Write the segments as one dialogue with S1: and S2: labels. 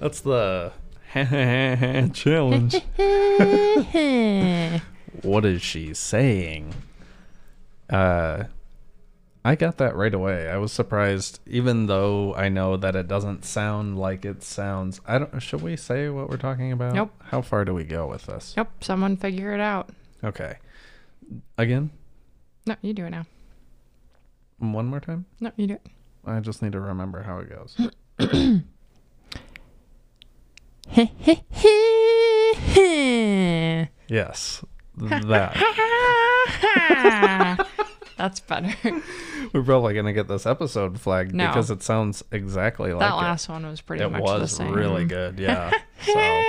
S1: That's the challenge. what is she saying? Uh, I got that right away. I was surprised, even though I know that it doesn't sound like it sounds. I don't. Should we say what we're talking about?
S2: Nope.
S1: How far do we go with this?
S2: Nope. Someone figure it out.
S1: Okay. Again,
S2: No, you do it now.
S1: one more time.
S2: No, you do it.
S1: I just need to remember how it goes. Yes, that.
S2: That's better.
S1: We're probably gonna get this episode flagged
S2: No.
S1: because it sounds exactly like
S2: that
S1: it.
S2: last one was pretty
S1: it
S2: much the
S1: was
S2: same.
S1: really good. Yeah. so.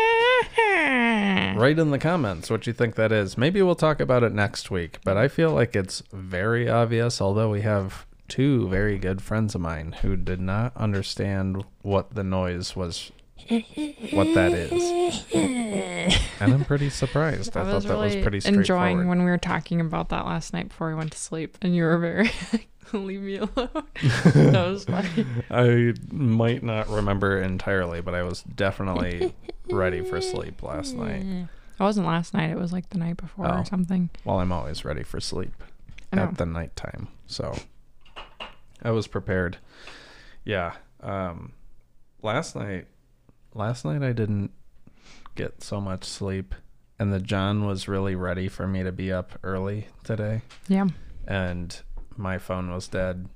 S1: Write in the comments what you think that is. Maybe we'll talk about it next week, but I feel like it's very obvious, although we have two very good friends of mine who did not understand what the noise was, what that is. And I'm pretty surprised. I,
S2: I
S1: thought
S2: was
S1: that
S2: really
S1: was pretty straightforward.
S2: enjoying when we were talking about that last night before we went to sleep, and you were very leave me alone. that was funny.
S1: I might not remember entirely, but I was definitely ready for sleep last night.
S2: It wasn't last night; it was like the night before
S1: Oh.
S2: or something.
S1: Well, I'm always ready for sleep.
S2: I know.
S1: at the nighttime. So I was prepared. Yeah. Um last night last night I didn't get so much sleep and the John was really ready for me to be up early today
S2: yeah.
S1: and my phone was dead.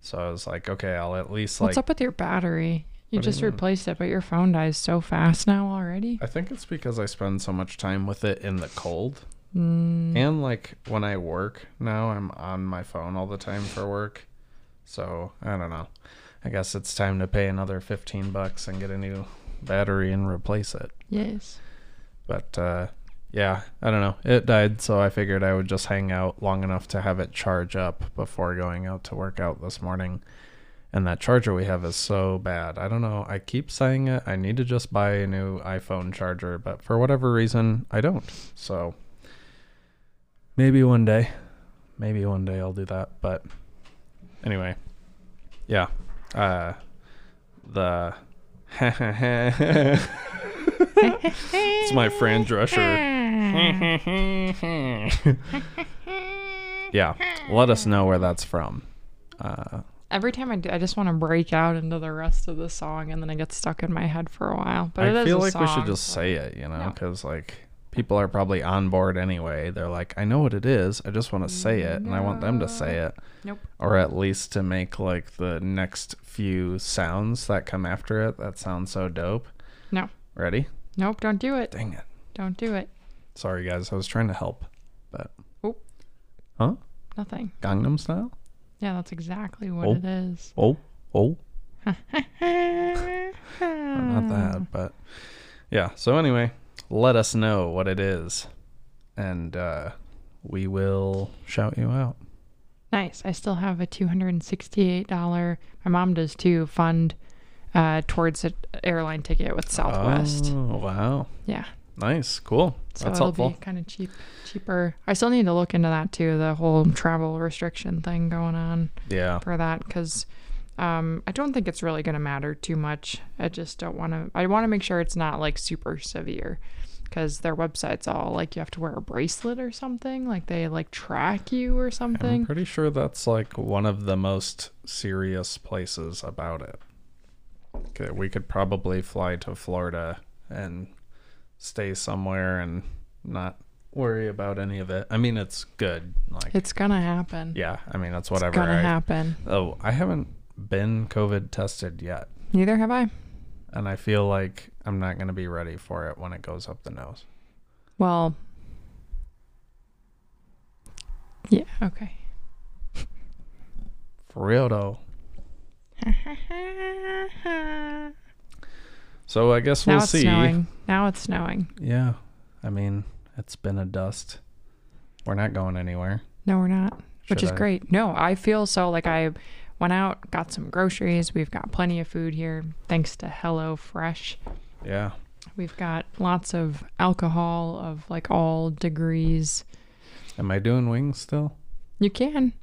S1: So I was like, okay, I'll at least
S2: What's
S1: like
S2: up with your battery? You
S1: What do you
S2: just
S1: mean?
S2: replaced it, but your phone dies so fast now already.
S1: I think it's because I spend so much time with it in the cold. And like when I work now, I'm on my phone all the time for work. So I don't know. I guess it's time to pay another 15 bucks and get a new battery and replace it.
S2: Yes.
S1: But uh, yeah, I don't know. It died, so I figured I would just hang out long enough to have it charge up before going out to work out this morning. And that charger we have is so bad. I don't know. I keep saying it. I need to just buy a new iPhone charger, but for whatever reason, I don't. So maybe one day. Maybe one day I'll do that. But anyway, yeah. Uh, the. It's my Fran Drescher. yeah, let us know where that's from. Uh,
S2: Every time I do, I just want to break out into the rest of the song, and then it gets stuck in my head for a while. But it
S1: I
S2: is
S1: feel
S2: a
S1: like we should
S2: song,
S1: just
S2: so-
S1: say it, you know,
S2: No.
S1: because like people are probably on board anyway. They're like, I know what it is. I just want to say it, and I want them to say it,
S2: Nope.
S1: or at least to make like the next few sounds that come after it that sound so dope.
S2: No.
S1: Ready?
S2: Nope. Don't do it.
S1: Dang it!
S2: Don't do it.
S1: Sorry guys, I was trying to help, but
S2: Oh.
S1: huh?
S2: Nothing.
S1: Gangnam Style?
S2: Yeah, that's exactly what
S1: Oh.
S2: it is.
S1: Oh, oh.
S2: Hmm.
S1: not that, but yeah. So anyway, let us know what it is, and uh, we will shout you out.
S2: Nice. I still have a $268. My mom does too. Fund uh, towards an airline ticket with Southwest.
S1: Oh wow,
S2: Yeah.
S1: nice, cool.
S2: So
S1: That's
S2: it'll
S1: helpful.
S2: be kind of cheap, cheaper. I still need to look into that too. The whole travel restriction thing going on
S1: Yeah,
S2: for that because um, I don't think it's really going to matter too much. I just don't want to. I want to make sure it's not like super severe because their website's all like you have to wear a bracelet or something. Like they like track you or
S1: I'm
S2: something.
S1: pretty sure that's like one of the most serious places about it. Okay, we could probably fly to Florida and stay somewhere and not worry about any of it. I mean, it's good. Like,
S2: It's gonna happen.
S1: yeah, I mean, that's whatever.
S2: Gonna
S1: I,
S2: happen.
S1: Oh, I haven't been COVID tested yet,
S2: Neither have I.
S1: and I feel like I'm not going to be ready for it when it goes up the nose.
S2: Well. Yeah. Okay.
S1: For real though. So I guess we'll
S2: now it's
S1: see.
S2: snowing. Now it's snowing.
S1: Yeah. I mean, it's been a dust. We're not going anywhere.
S2: No, we're not, which
S1: Should
S2: is
S1: I-
S2: great. No, I feel so like I went out, got some groceries. We've got plenty of food here, thanks to Hello Fresh.
S1: Yeah.
S2: We've got lots of alcohol of like all degrees.
S1: Am I doing wings still?
S2: You can.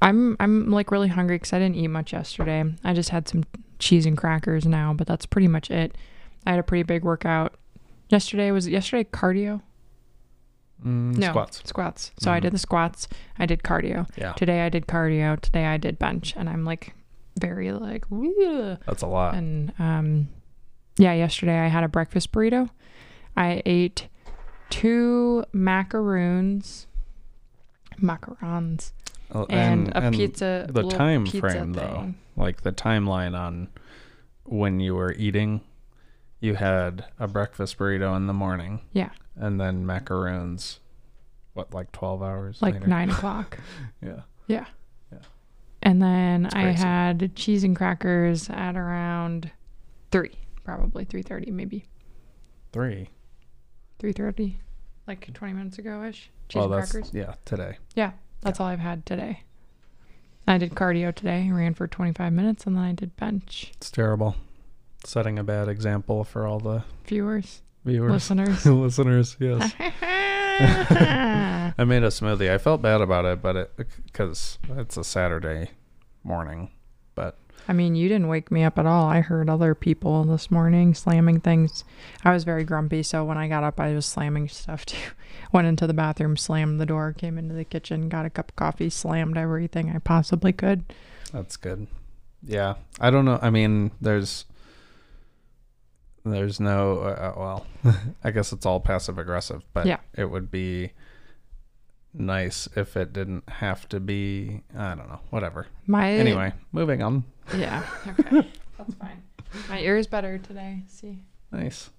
S2: I'm I'm like really hungry because I didn't eat much yesterday. I just had some cheese and crackers now, but that's pretty much it. I had a pretty big workout. Yesterday was it yesterday cardio?
S1: Mm,
S2: No.
S1: Squats.
S2: Squats. So I
S1: Mhm.
S2: did the squats. I did cardio.
S1: Yeah.
S2: Today I did cardio. Today I did bench and I'm like very like "Ugh."
S1: That's a lot.
S2: and um yeah, yesterday I had a breakfast burrito. I ate two macaroons macarons
S1: Oh,
S2: and, a
S1: and
S2: pizza
S1: the
S2: little
S1: time
S2: pizza
S1: frame, though.
S2: thing.
S1: Like the timeline on when you were eating, you had a breakfast burrito in the morning.
S2: Yeah.
S1: And then macaroons, what, like 12 hours
S2: like
S1: later?
S2: nine o'clock
S1: Yeah.
S2: and then
S1: It's
S2: i
S1: crazy.
S2: had cheese and crackers at around three probably 3.30 maybe
S1: Three.
S2: 3.30 like 20 minutes ago ish cheese
S1: well,
S2: and
S1: that's,
S2: crackers
S1: yeah, today.
S2: that's all i've had today i did cardio today ran for 25 minutes and then i did bench
S1: It's terrible. Setting a bad example for all the
S2: viewers
S1: viewers,
S2: listeners
S1: listeners. Yes. I made a smoothie. I felt bad about it, but it because it's a Saturday morning.
S2: I mean, you didn't wake me up at all. I heard other people this morning slamming things. I was very grumpy, so when I got up, I was slamming stuff too. Went into the bathroom, slammed the door, came into the kitchen, got a cup of coffee, slammed everything I possibly could.
S1: That's good. Yeah, I don't know. I mean, there's there's no uh, uh, well, I guess it's all passive aggressive, but
S2: Yeah.
S1: it would be nice if it didn't have to be. I don't know. Whatever.
S2: My
S1: anyway, moving on.
S2: yeah, okay, that's fine. My ear's better today. See,
S1: Nice.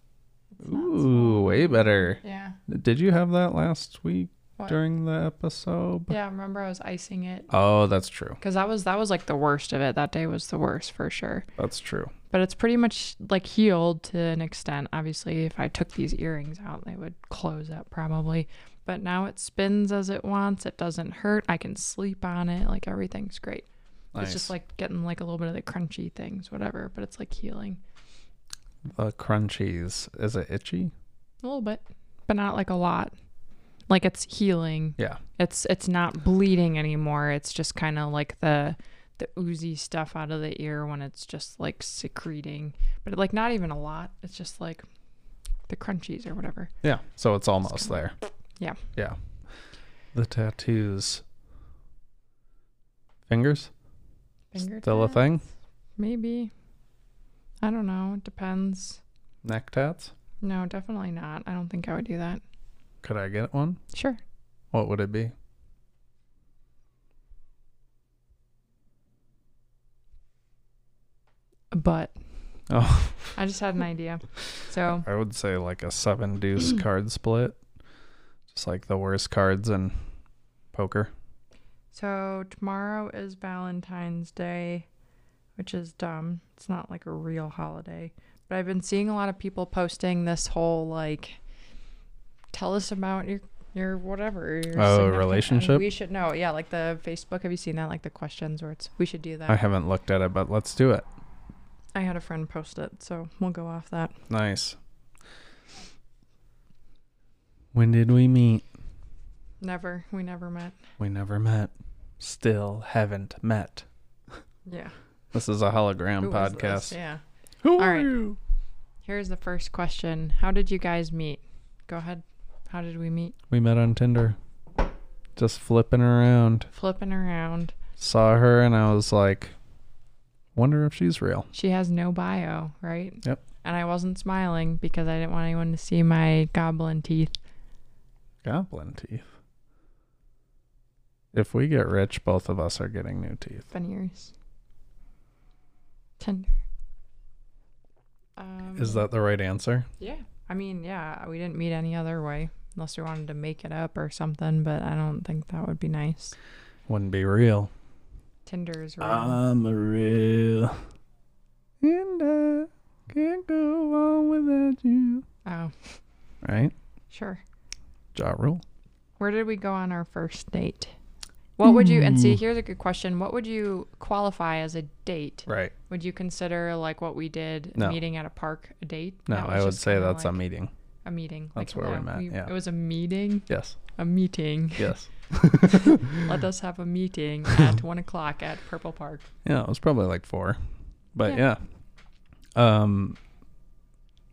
S2: It's not
S1: Ooh, way better.
S2: swollen. Yeah,
S1: Did you have that last week
S2: What?
S1: during the episode?
S2: yeah. Remember, I was icing it
S1: Oh, that's true.
S2: because that was that was like the worst of it. That day was the worst for sure.
S1: That's true.
S2: but it's pretty much like healed to an extent. Obviously, if I took these earrings out, they would close up probably. But now it spins as it wants. It doesn't hurt. I can sleep on it. Like everything's great. It's just
S1: Nice.
S2: like getting like a little bit of the crunchy things, whatever. But it's like healing
S1: the crunchies. Is it itchy?
S2: a little bit, but not like a lot. Like it's healing.
S1: Yeah.
S2: It's it's not bleeding anymore. It's just kind of like the the oozy stuff out of the ear when it's just like secreting, but like not even a lot. It's just like the crunchies or whatever.
S1: Yeah. So it's almost there.
S2: Yeah.
S1: Yeah. The tattoos. Fingers? Still a
S2: Fingertips?
S1: thing?
S2: Maybe. I don't know. It depends.
S1: Neck tats?
S2: No, definitely not. I don't think I would do that.
S1: Could I get one?
S2: Sure.
S1: What would it be?
S2: But
S1: Oh,
S2: I just had an idea. So
S1: I would say like a seven deuce card split. Just like the worst cards in poker.
S2: so tomorrow is Valentine's Day, which is dumb. It's not like a real holiday. But I've been seeing a lot of people posting this whole like tell us about your your whatever your
S1: Oh,
S2: significant-
S1: relationship?
S2: we should know yeah like the facebook have you seen that like the questions where it's we should do that
S1: I haven't looked at it, but let's do it.
S2: I had a friend post it, so we'll go off that.
S1: Nice. When did we meet?
S2: Never. We never met.
S1: We never met. Still haven't met.
S2: Yeah.
S1: This is a hologram
S2: Who was this?
S1: podcast.
S2: Yeah.
S1: Who
S2: All
S1: are
S2: right.
S1: you?
S2: Here's the first question How did you guys meet? Go ahead. How did we meet?
S1: We met on Tinder. Just flipping around.
S2: Flipping around.
S1: Saw her and I was like, wonder if she's real.
S2: She has no bio, right?
S1: Yep.
S2: And I wasn't smiling because I didn't want anyone to see my goblin teeth.
S1: Goblin teeth. If we get rich, both of us are getting new teeth.
S2: Funny ears. Tender. Um,
S1: Is that the right answer?
S2: Yeah. I mean, yeah, we didn't meet any other way unless we wanted to make it up or something, but I don't think that would be nice.
S1: Wouldn't be real.
S2: Tinder is real.
S1: a real. And I can't go on without you.
S2: oh,
S1: Right?
S2: sure.
S1: Ja Rule.
S2: Where did we go on our first date? What would you and
S1: Hmm.
S2: see here's a good question. What would you qualify as a date?
S1: Right.
S2: Would you consider like what we did
S1: No.
S2: meeting at a park a date?
S1: No,
S2: That was
S1: I would
S2: just
S1: say
S2: kinda
S1: that's a
S2: like
S1: meeting.
S2: a meeting.
S1: that's where we met, yeah.
S2: It was a meeting.
S1: Yes.
S2: A meeting.
S1: Yes.
S2: Let us have a meeting at one o'clock at Purple Park.
S1: Yeah, it was probably like four. But yeah.
S2: Yeah.
S1: Um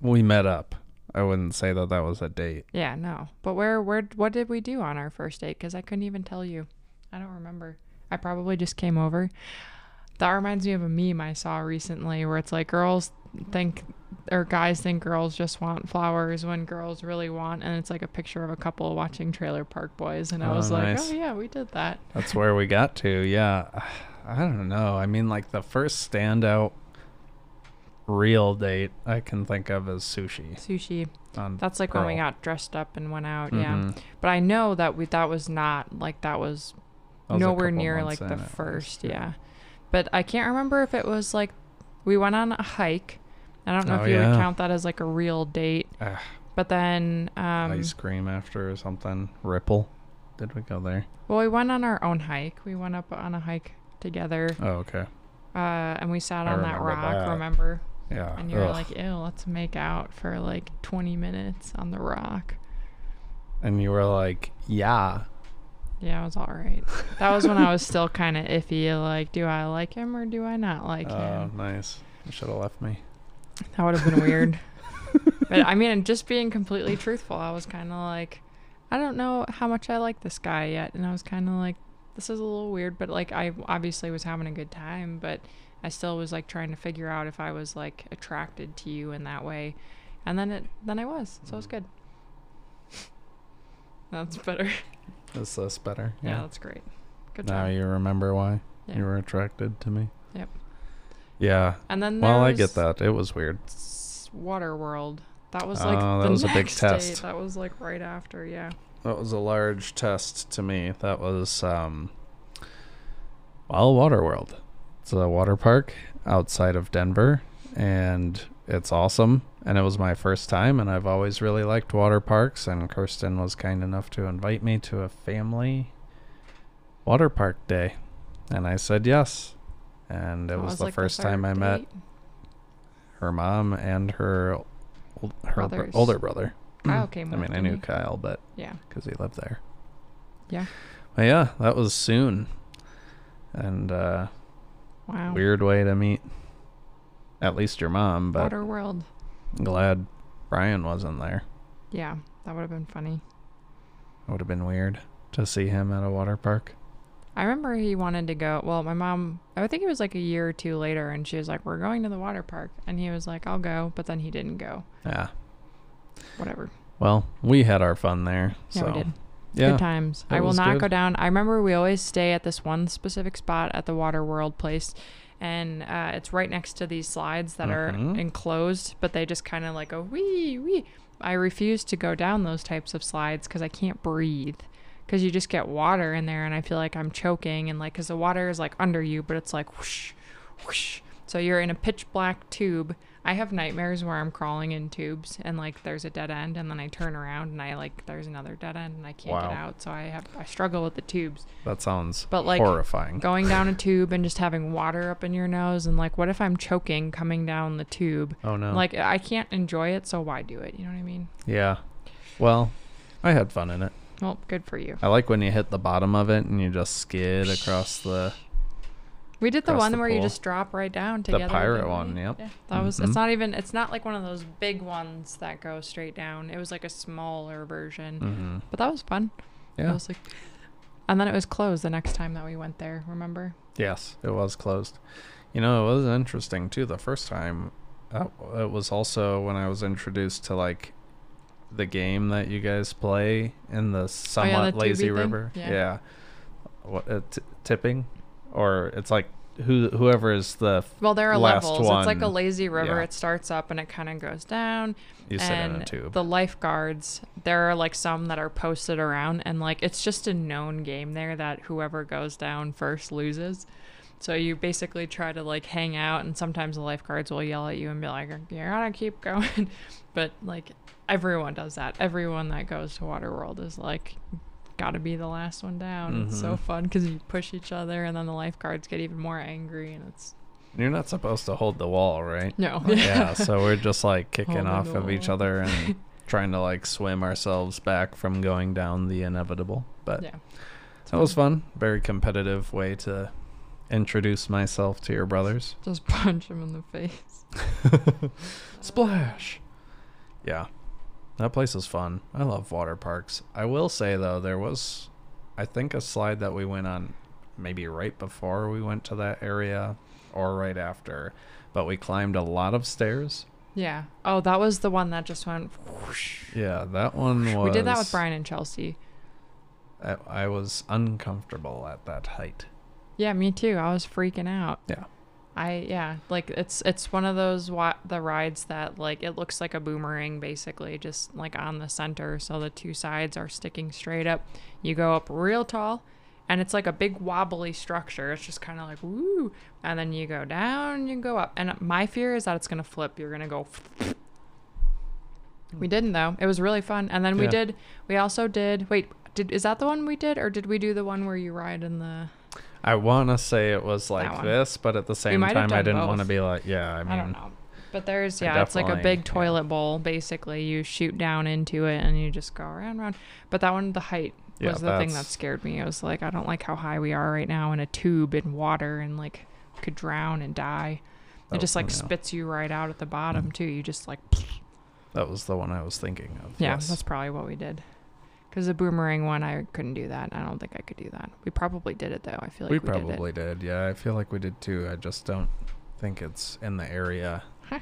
S1: we met up. I wouldn't say that that was a date.
S2: Yeah, no. But where, where, what did we do on our first date? Because I couldn't even tell you. I don't remember. I probably just came over. That reminds me of a meme I saw recently where it's like girls think or guys think girls just want flowers when girls really want, and it's like a picture of a couple watching Trailer Park Boys, and I
S1: Oh,
S2: was
S1: nice.
S2: like, oh yeah, we did that.
S1: That's where we got to. Yeah. I don't know. I mean, like the first standout real date I can think of is sushi.
S2: Sushi.
S1: On
S2: That's like when we
S1: Pearl.
S2: got dressed up and went out. Yeah.
S1: Mhm.
S2: But I know that we that was not like that was
S1: That was a
S2: nowhere
S1: couple
S2: near like
S1: months
S2: the
S1: in, at least,
S2: first, yeah. But I can't remember if it was like we went on a hike. I don't know
S1: Oh,
S2: if you
S1: yeah.
S2: would count that as like a real date.
S1: Ah,
S2: But then, um,
S1: ice cream after or something. Ripple. Did we go there?
S2: well, we went on our own hike. We went up on a hike together,
S1: Oh, okay.
S2: uh, and we sat
S1: I
S2: on that
S1: remember
S2: rock.
S1: that.
S2: Remember?
S1: Yeah.
S2: And you were
S1: Ugh.
S2: like, "Ew, let's make out for like 20 minutes on the rock."
S1: and you were like, yeah.
S2: Yeah, it was all right. That was when I was still kind of iffy. Like, do I like him or do I not like
S1: Oh,
S2: him?
S1: nice. You should have left me.
S2: That would have been weird. but I mean, just being completely truthful, I was kind of like, I don't know how much I like this guy yet, and I was kind of like, this is a little weird. But like, I obviously was having a good time, but I still was like trying to figure out if I was like attracted to you in that way, and then it then I was, so it was good. That's better.
S1: Is this better?
S2: Yeah, that's great. Good
S1: Now
S2: job.
S1: you remember why
S2: Yeah.
S1: you were attracted to me.
S2: Yep.
S1: Yeah.
S2: And then
S1: Well, I
S2: there's
S1: get that. It was weird.
S2: Water World. That was like
S1: Oh, that
S2: the
S1: was a big
S2: next
S1: test.
S2: Day. That was like right after. Yeah.
S1: That was a large test to me. That was um well, Waterworld. It's a water park outside of Denver and it's awesome and it was my first time and I've always really liked water parks and Kirsten was kind enough to invite me to a family water park day and I said yes. And it
S2: That
S1: was, the
S2: like,
S1: first time I
S2: third
S1: met
S2: date.
S1: her mom and her ol- her br-
S2: Brothers.
S1: older brother.
S2: Kyle came.
S1: I mean,
S2: after
S1: I knew
S2: me.
S1: Kyle, but
S2: Yeah.
S1: because he lived there.
S2: Yeah.
S1: But yeah, that was soon. And uh
S2: Wow.
S1: weird way to meet at least your mom, but
S2: Water World.
S1: I'm glad Brian wasn't there.
S2: Yeah, that would have been funny.
S1: It would have been weird to see him at a water park.
S2: I remember he wanted to go. Well, my mom, I think it was like a year or two later, and she was like, "We're going to the water park," and he was like, "I'll go," but then he didn't go.
S1: Yeah.
S2: Whatever.
S1: Well, we had our fun there.
S2: Yeah,
S1: so
S2: we did.
S1: yeah.
S2: Good times.
S1: it
S2: I will
S1: was
S2: not
S1: good.
S2: go down. I remember we always stay at this one specific spot at the Water World place, and uh, it's right next to these slides that
S1: Mhm.
S2: are enclosed, but they just kind of like go wee wee. I refuse to go down those types of slides because I can't breathe. Because you just get water in there, and I feel like I'm choking, and like because the water is like under you, but it's like whoosh, whoosh. So you're in a pitch black tube. I have nightmares where I'm crawling in tubes and like there's a dead end and then I turn around and I like there's another dead end and I can't
S1: Wow.
S2: get out. So I have I struggle with the tubes.
S1: That sounds
S2: But, like,
S1: horrifying.
S2: Going down a tube and just having water up in your nose and like what if I'm choking coming down the tube?
S1: oh no.
S2: Like I can't enjoy it, so why do it? You know what I mean?
S1: yeah. Well, I had fun in it.
S2: Well, good for you.
S1: I like when you hit the bottom of it and you just skid across the
S2: We did the
S1: Across
S2: one
S1: the
S2: where you
S1: pool.
S2: just drop right down together.
S1: pirate
S2: didn't we?
S1: one, yep.
S2: Yeah, that was. It's
S1: Mhm.
S2: not even. It's not like one of those big ones that go straight down. It was like a smaller version,
S1: Mhm.
S2: but that was fun. I
S1: Yeah.
S2: was like, and then it was closed the next time that we went there. Remember?
S1: Yes, it was closed. You know, it was interesting too. The first time, uh, it was also when I was introduced to like the game that you guys play in the somewhat
S2: Oh, the
S1: lazy
S2: Tubi thing?
S1: river.
S2: Yeah.
S1: What uh, t- tipping, or it's like who whoever is the f-
S2: Well, there are
S1: Last
S2: levels. It's like a
S1: one.
S2: lazy river.
S1: Yeah.
S2: It starts up and it kind of goes down.
S1: you sit
S2: and
S1: in a tube.
S2: The lifeguards, there are like some that are posted around, and like it's just a known game there that whoever goes down first loses. So you basically try to like hang out, and sometimes the lifeguards will yell at you and be like, "You're gonna keep going," but like everyone does that. Everyone that goes to Waterworld is like, "Gotta be the last one down." It's so
S1: Mhm.
S2: fun because you push each other, and then the lifeguards get even more angry, and it's
S1: You're not supposed to hold the wall, right?
S2: no,
S1: yeah. So we're just like kicking
S2: Holding
S1: off
S2: the
S1: of each
S2: wall.
S1: other and trying to like swim ourselves back from going down the inevitable. But
S2: yeah.
S1: That was fun. Very competitive way to introduce myself to your brothers.
S2: Just punch him in the face.
S1: Splash. Yeah. That place is fun. I love water parks. I will say though, there was I think a slide that we went on maybe right before we went to that area or right after, but we climbed a lot of stairs.
S2: Yeah. Oh, that was the one that just went. whoosh.
S1: Yeah, that one was
S2: We did that with Brian and Chelsea.
S1: I, I was uncomfortable at that height.
S2: Yeah, me too. I was freaking out.
S1: Yeah.
S2: I yeah, like it's it's one of those wa- the rides that like it looks like a boomerang basically, just like on the center, so the two sides are sticking straight up. You go up real tall, and it's like a big wobbly structure. It's just kind of like woo, and then you go down, you go up, and my fear is that it's gonna flip. You're gonna go. We didn't though. It was really fun, and then we
S1: Yeah.
S2: did. We also did. Wait, did is that the one we did, or did we do the one where you ride in the?
S1: I want to say it was like
S2: one.
S1: this, but at the same
S2: might have
S1: time, I
S2: done
S1: didn't want to
S2: both.
S1: be like, yeah, I mean,
S2: I don't know. But there's
S1: I
S2: yeah, it's like a
S1: definitely-
S2: big toilet bowl basically. You shoot down into it and you just go around round. But that one the height
S1: Yeah,
S2: was the thing that
S1: that's-
S2: scared me. I was like, I don't like how high we are right now in a tube in water and like could drown and die.
S1: Oh,
S2: it just like
S1: yeah. Mm.
S2: spits you right out at the bottom too. You just like
S1: that was the one I was thinking of.
S2: yeah,
S1: yes.
S2: that's probably what we did. Cuz the boomerang one I couldn't do that. I don't think I could do that. We probably did it though. I feel like we,
S1: we,
S2: did it.
S1: probably did. Yeah, I feel like we did too. I just don't think it's in the area that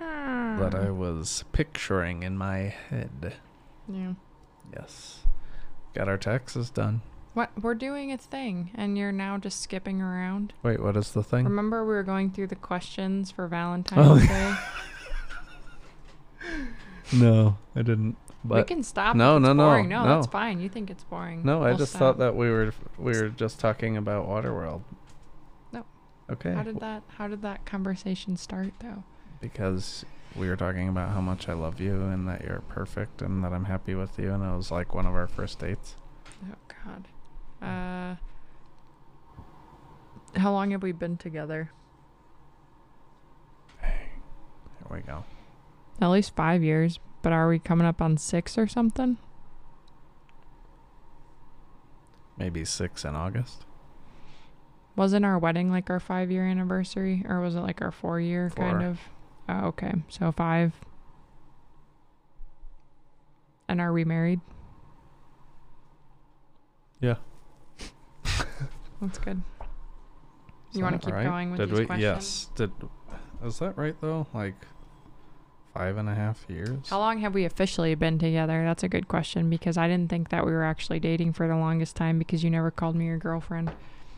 S2: Mm.
S1: I was picturing in my head.
S2: Yeah.
S1: Yes. Got our taxes done.
S2: What we're doing a thing, and you're now just skipping around.
S1: Wait, what is the thing?
S2: Remember, we were going through the questions for Valentine's
S1: Oh.
S2: Day.
S1: no, I didn't.
S2: we
S1: But
S2: can stop. if
S1: No,
S2: it's
S1: no, no,
S2: boring. no, that's
S1: no.
S2: fine. You think it's boring?
S1: no, I
S2: We'll
S1: just
S2: stop.
S1: thought that we were we were just talking about Waterworld.
S2: No.
S1: Okay.
S2: How did that? How did that conversation start, though?
S1: because we were talking about how much I love you and that you're perfect and that I'm happy with you and it was like one of our first dates.
S2: Oh God. Uh. How long have we been together?
S1: There we go.
S2: At least five years. But are we coming up on six or something?
S1: Maybe six in August.
S2: Wasn't our wedding like our five year anniversary, or was it like our four year kind
S1: Four.
S2: of? Oh, okay, so five. And are we married?
S1: Yeah.
S2: That's good.
S1: Is
S2: You wanna
S1: that
S2: keep going with
S1: Did
S2: these
S1: we?
S2: questions?
S1: Yes. Did is that right though? Like five and a half years.
S2: How long have we officially been together? That's a good question because I didn't think that we were actually dating for the longest time because you never called me your girlfriend.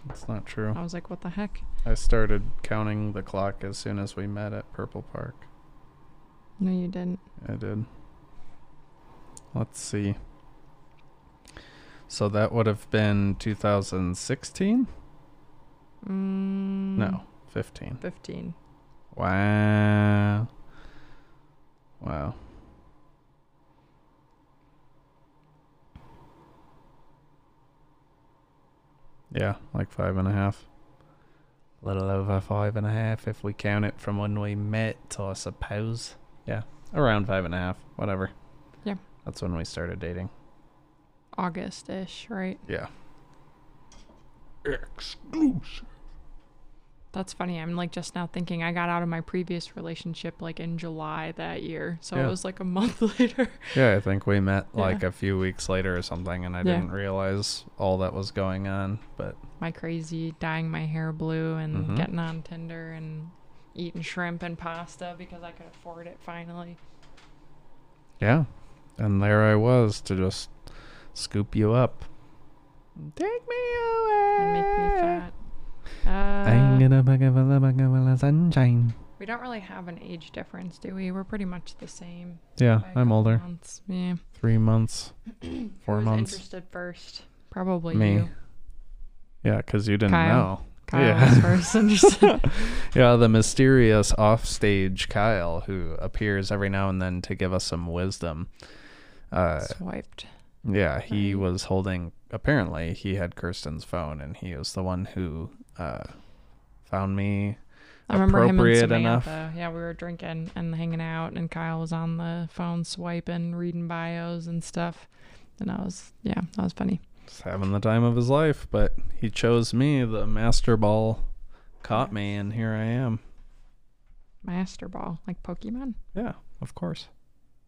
S1: That's not true.
S2: I was like, what the heck?
S1: I started counting the clock as soon as we met at Purple Park.
S2: No, you didn't.
S1: I did. Let's see. So that would have been 2016?
S2: Mm,
S1: No, 15.
S2: 15.
S1: Wow. Wow. Yeah, like five and a half. A little over five and a half if we count it from when we met, I suppose. Yeah, around five and a half, whatever.
S2: Yeah.
S1: That's when we started dating.
S2: August ish, right?
S1: Yeah.
S2: That's funny. I'm like just now thinking I got out of my previous relationship like in July that year. So
S1: Yeah.
S2: it was like a month later.
S1: Yeah, I think we met
S2: Yeah.
S1: like a few weeks later or something, and I
S2: Yeah.
S1: didn't realize all that was going on, but
S2: my crazy dyeing my hair blue and
S1: Mhm.
S2: getting on Tinder and eating shrimp and pasta because I could afford it finally.
S1: Yeah. And there I was to just scoop you up. Take me away.
S2: and make me fat. Uh,
S1: I'm gonna bugga bugga bugga bugga sunshine.
S2: we don't really have an age difference, do we? We're pretty much the same.
S1: Yeah,
S2: by a
S1: I'm
S2: couple
S1: older.
S2: Months. Yeah.
S1: Three months. Four
S2: Who's
S1: months.
S2: interested first? Probably
S1: Me.
S2: you.
S1: Yeah, 'cause you didn't
S2: Kyle.
S1: know.
S2: Kyle
S1: Yeah.
S2: was first interested.
S1: Yeah, the mysterious offstage Kyle who appears every now and then to give us some wisdom. Uh,
S2: Swiped.
S1: Yeah, he
S2: Right.
S1: was holding. Apparently, he had Kirsten's phone, and he was the one who uh, found me.
S2: I remember him and
S1: appropriate
S2: Samantha.
S1: enough.
S2: Yeah, we were drinking and hanging out, and Kyle was on the phone swiping, reading bios and stuff. And I was, yeah, that was funny.
S1: Just having the time of his life, but he chose me. The master ball caught me, and here I am.
S2: Master Ball, like Pokemon.
S1: Yeah, of course.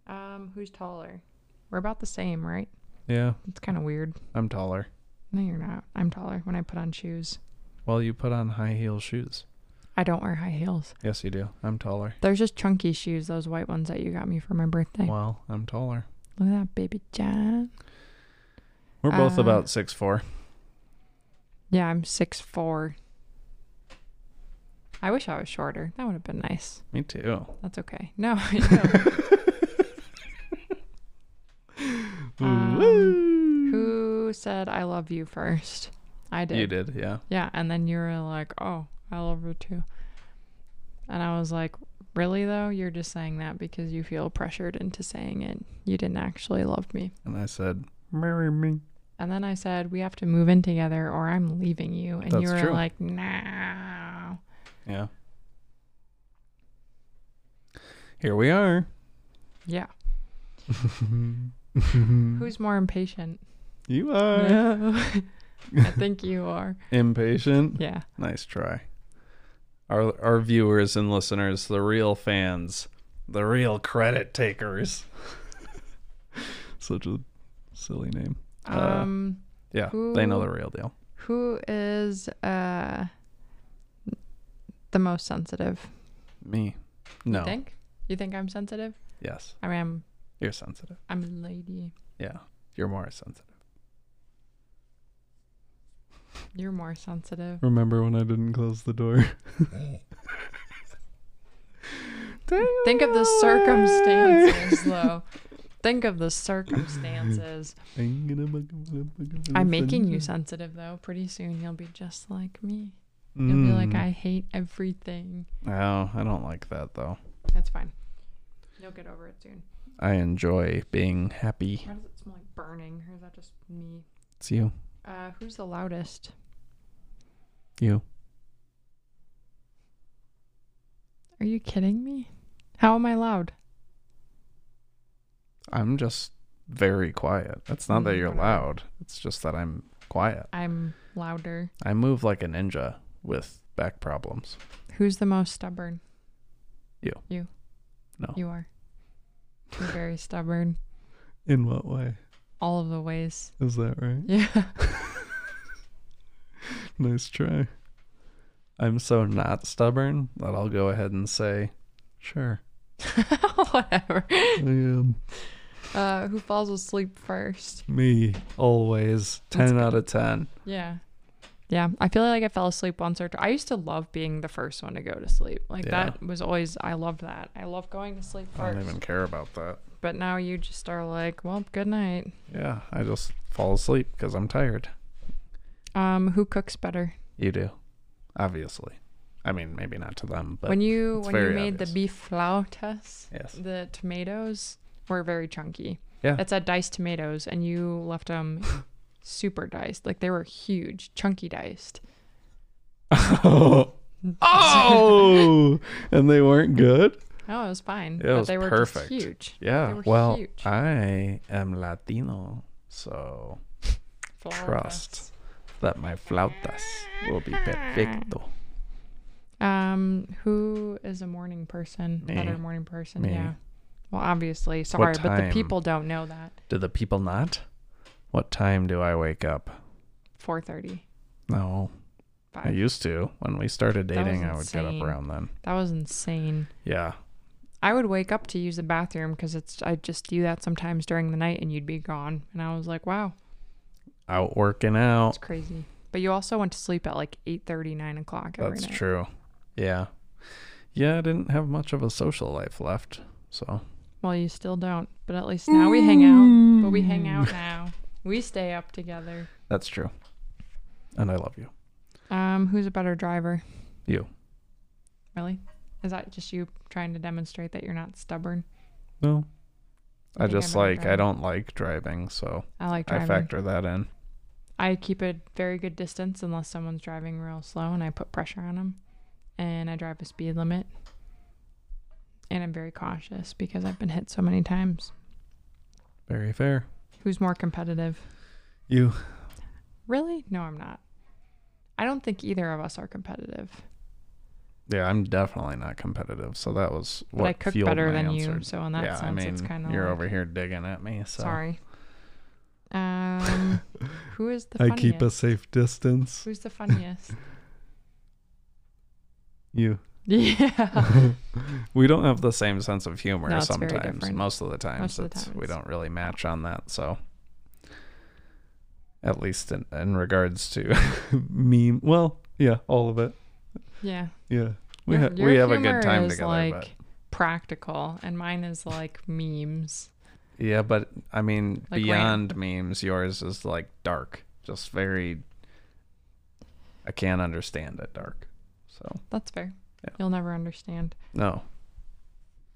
S2: Um, who's taller? We're about the same, right?
S1: Yeah,
S2: It's kind of weird.
S1: I'm taller.
S2: No, you're not. I'm taller when I put on shoes.
S1: Well, you put on high heel shoes.
S2: I don't wear high heels.
S1: Yes, you do. I'm taller.
S2: There's just chunky shoes, those white ones that you got me for my birthday.
S1: Well, I'm taller.
S2: Look at that, baby John.
S1: We're both
S2: Uh,
S1: about six four.
S2: Yeah, I'm six four. I wish I was shorter. That would have been nice.
S1: Me too.
S2: That's okay. No, I know. Um, who said I love you first? I did.
S1: You did, yeah.
S2: Yeah, and then you were like, "Oh, I love her too," and I was like, "Really though? You're just saying that because you feel pressured into saying it. You didn't actually love me."
S1: And I said, marry me.
S2: And then I said, "We have to move in together, or I'm leaving you," and you
S1: That's
S2: were
S1: true.
S2: like, "No."
S1: Yeah. Here we are.
S2: Yeah. Who's more impatient?
S1: You are
S2: No. I think you are.
S1: impatient.
S2: Yeah.
S1: Nice try. Our our viewers and listeners, the real fans, the real credit takers. Such a silly name. Uh,
S2: Um,
S1: Yeah, they know
S2: who-
S1: the real deal.
S2: who is uh the most sensitive?
S1: Me.
S2: You
S1: No.
S2: think? You think I'm sensitive?
S1: Yes.
S2: I mean, I'm
S1: You're sensitive.
S2: I'm a lady.
S1: Yeah. You're more sensitive.
S2: You're more sensitive.
S1: Remember when I didn't close the door?
S2: Think of the circumstances, though. Think of the circumstances. I'm making you sensitive, though. Pretty soon you'll be just like me. You'll be
S1: Mm.
S2: like, I hate everything.
S1: Oh, I don't like that though.
S2: That's fine. You'll get over it soon.
S1: I enjoy being happy.
S2: Why does it smell like burning? Or is that just me?
S1: It's you.
S2: Uh, who's the loudest?
S1: You.
S2: Are you kidding me? How am I loud?
S1: I'm just very quiet. It's not that
S2: Mm,
S1: you're
S2: whatever.
S1: loud. It's just that I'm quiet.
S2: I'm louder.
S1: I move like a ninja with back problems.
S2: Who's the most stubborn?
S1: You.
S2: You.
S1: No.
S2: You are. You're very stubborn.
S1: In what way?
S2: All of the ways.
S1: Is that right?
S2: Yeah.
S1: Nice try. I'm so not stubborn that I'll go ahead and say, sure,
S2: Whatever.
S1: I am.
S2: Uh, who falls asleep first?
S1: Me, always. 10 out of 10.
S2: Yeah. Yeah. I feel like I fell asleep once or twice. I used to love being the first one to go to sleep. Like
S1: Yeah.
S2: that was always, I loved that. I love going to sleep
S1: I
S2: first.
S1: don't even care about that.
S2: But now you just are like, well, good night.
S1: Yeah, I just fall asleep because I'm tired.
S2: Um, who cooks better?
S1: You do. Obviously. I mean, maybe not to them, but
S2: when you
S1: it's
S2: when you
S1: very
S2: made
S1: obvious.
S2: the beef flautas,
S1: yes.
S2: the tomatoes were very chunky.
S1: Yeah.
S2: It said diced tomatoes, and you left them super diced, like they were huge, chunky diced.
S1: oh! and they weren't good?
S2: Oh, it was fine.
S1: Yeah, it
S2: but
S1: was
S2: they were
S1: perfect.
S2: Just huge.
S1: Yeah.
S2: were
S1: Well,
S2: huge.
S1: I am Latino, so
S2: Flautas.
S1: Trust. that my flautas will be perfecto.
S2: Um, who is a morning person?
S1: Me.
S2: Better morning person.
S1: Me.
S2: Yeah. Well, obviously, sorry, but the
S1: time?
S2: people don't know that.
S1: Do the people not? What time do I wake up?
S2: Four thirty.
S1: No, I
S2: Five.
S1: used to. When we started
S2: That was
S1: dating, I would get up
S2: insane.
S1: around then.
S2: That was insane.
S1: Yeah.
S2: I would wake up to use the bathroom because it's I just do that sometimes during the night and you'd be gone and I was like wow
S1: Out working
S2: that's
S1: out.
S2: crazy but you also went to sleep at like 8 9 o'clock every
S1: That's
S2: night
S1: true. Yeah. Yeah, I didn't have much of a social life left. So,
S2: well you still don't but at least now we hang out but we hang
S1: Mm.
S2: out now we stay up together
S1: that's true. And I love you.
S2: um who's a better driver
S1: You.
S2: really is that just you trying to demonstrate that you're not stubborn
S1: No. I
S2: think I'm
S1: just
S2: better
S1: like, I
S2: driving.
S1: don't like driving, so
S2: I like driving
S1: I factor that in.
S2: I keep a very good distance unless someone's driving real slow and I put pressure on them. And I drive a speed limit. And I'm very cautious because I've been hit so many times.
S1: Very fair.
S2: Who's more competitive?
S1: You.
S2: Really? No, I'm not. I don't think either of us are competitive.
S1: Yeah, I'm definitely not competitive, so that was
S2: But
S1: what
S2: I cook
S1: fueled
S2: better
S1: my
S2: than
S1: answer.
S2: you, so in that
S1: yeah,
S2: sense,
S1: I mean,
S2: it's kind of
S1: you're
S2: like,
S1: over here digging at me. So
S2: Sorry. Um, who is the
S1: I
S2: funniest?
S1: keep a safe distance.
S2: Who's the funniest?
S1: You,
S2: yeah.
S1: we don't have the same sense of humor.
S2: No, it's very
S1: sometimes,
S2: different.
S1: most of the times,
S2: Most of the
S1: it's,
S2: time
S1: we
S2: it's-
S1: don't really match on that. So, at least in, in regards to meme, well, yeah, all of it.
S2: Yeah.
S1: Yeah, we
S2: Your-
S1: ha-
S2: your
S1: we have a
S2: humor
S1: good time
S2: is,
S1: together.
S2: Like
S1: but,
S2: practical, and mine is like memes.
S1: yeah, but I mean,
S2: Like
S1: beyond
S2: rant.
S1: memes, yours is like dark, just very. I can't understand it dark, so.
S2: That's fair.
S1: Yeah.
S2: You'll never understand.
S1: No.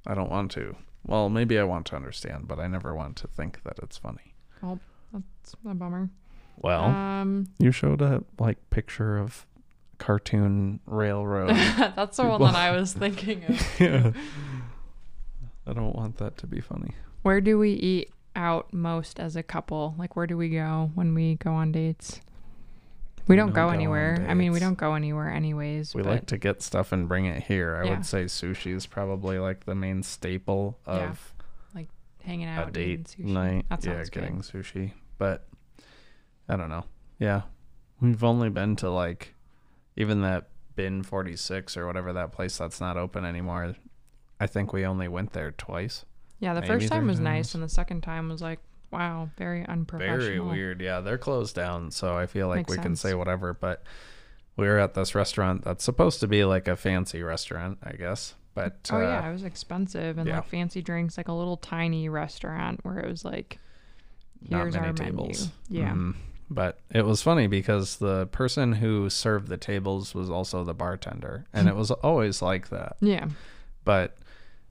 S1: I don't want to. Well, maybe I want to understand, but I never want to think that it's funny.
S2: That's a bummer.
S1: Well,
S2: Um,
S1: you showed a like picture of cartoon railroad.
S2: that's the one that I was thinking of.
S1: yeah. I don't want that to be funny.
S2: Where do we eat out most as a couple? Like, where do we go when we go on dates? We,
S1: We
S2: don't,
S1: don't
S2: go,
S1: go on
S2: anywhere. I mean, we
S1: dates.
S2: don't go anywhere, anyways.
S1: We
S2: but
S1: like to get stuff and bring it here. I
S2: Yeah.
S1: would say sushi is probably like the main staple
S2: Yeah.
S1: of
S2: hanging
S1: a
S2: out, eating
S1: date
S2: sushi.
S1: night.
S2: That
S1: yeah,
S2: sounds good.
S1: getting sushi. But I don't know. Yeah. We've only been to like even that bin 46 or whatever that place that's not open anymore. I think we only went there twice.
S2: Yeah, the
S1: Maybe
S2: first time
S1: there's
S2: was
S1: an
S2: nice,
S1: ass.
S2: and the second time was like, wow, very unprofessional.
S1: Very weird. Yeah, they're closed down, so I feel like
S2: Makes
S1: we can
S2: sense.
S1: say whatever, but we were at this restaurant that's supposed to be like a fancy restaurant, I guess. But
S2: Oh
S1: uh,
S2: yeah, it was expensive and
S1: yeah.
S2: like fancy drinks, like a little tiny restaurant where it was like, here's our menu. Yeah,
S1: Mhm. But it was funny because the person who served the tables was also the bartender, and it was always like that.
S2: yeah,
S1: But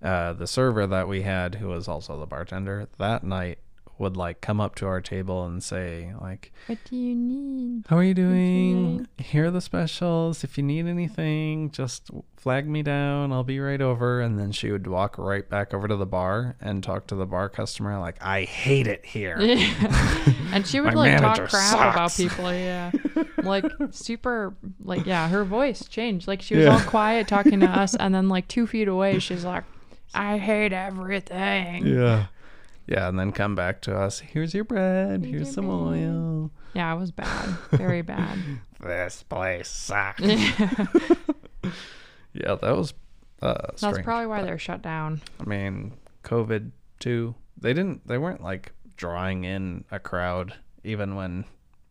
S1: uh, the server that we had, who was also the bartender, that night would like come up to our table and say like
S2: What do you need?
S1: how are you doing here are the specials if you need anything just flag me down i'll be right over and then she would walk right back over to the bar and talk to the bar customer like i hate it here
S2: and she would
S1: My
S2: like talk
S1: manager
S2: crap about
S1: sucks.
S2: people. Yeah, like super, like yeah, her voice changed. Like she was
S1: Yeah.
S2: all quiet talking to us, and then like two feet away, she's like, "I hate everything." Yeah,
S1: Yeah. Yeah, and then come back to us. Here's your bread.
S2: Here's
S1: Here's
S2: your
S1: some
S2: bread."
S1: oil.
S2: it was bad, very bad.
S1: This place sucks.
S2: That's
S1: yeah, that was uh strange.
S2: probably why they're shut down.
S1: I mean, COVID too. They didn't they weren't like drawing in a crowd even when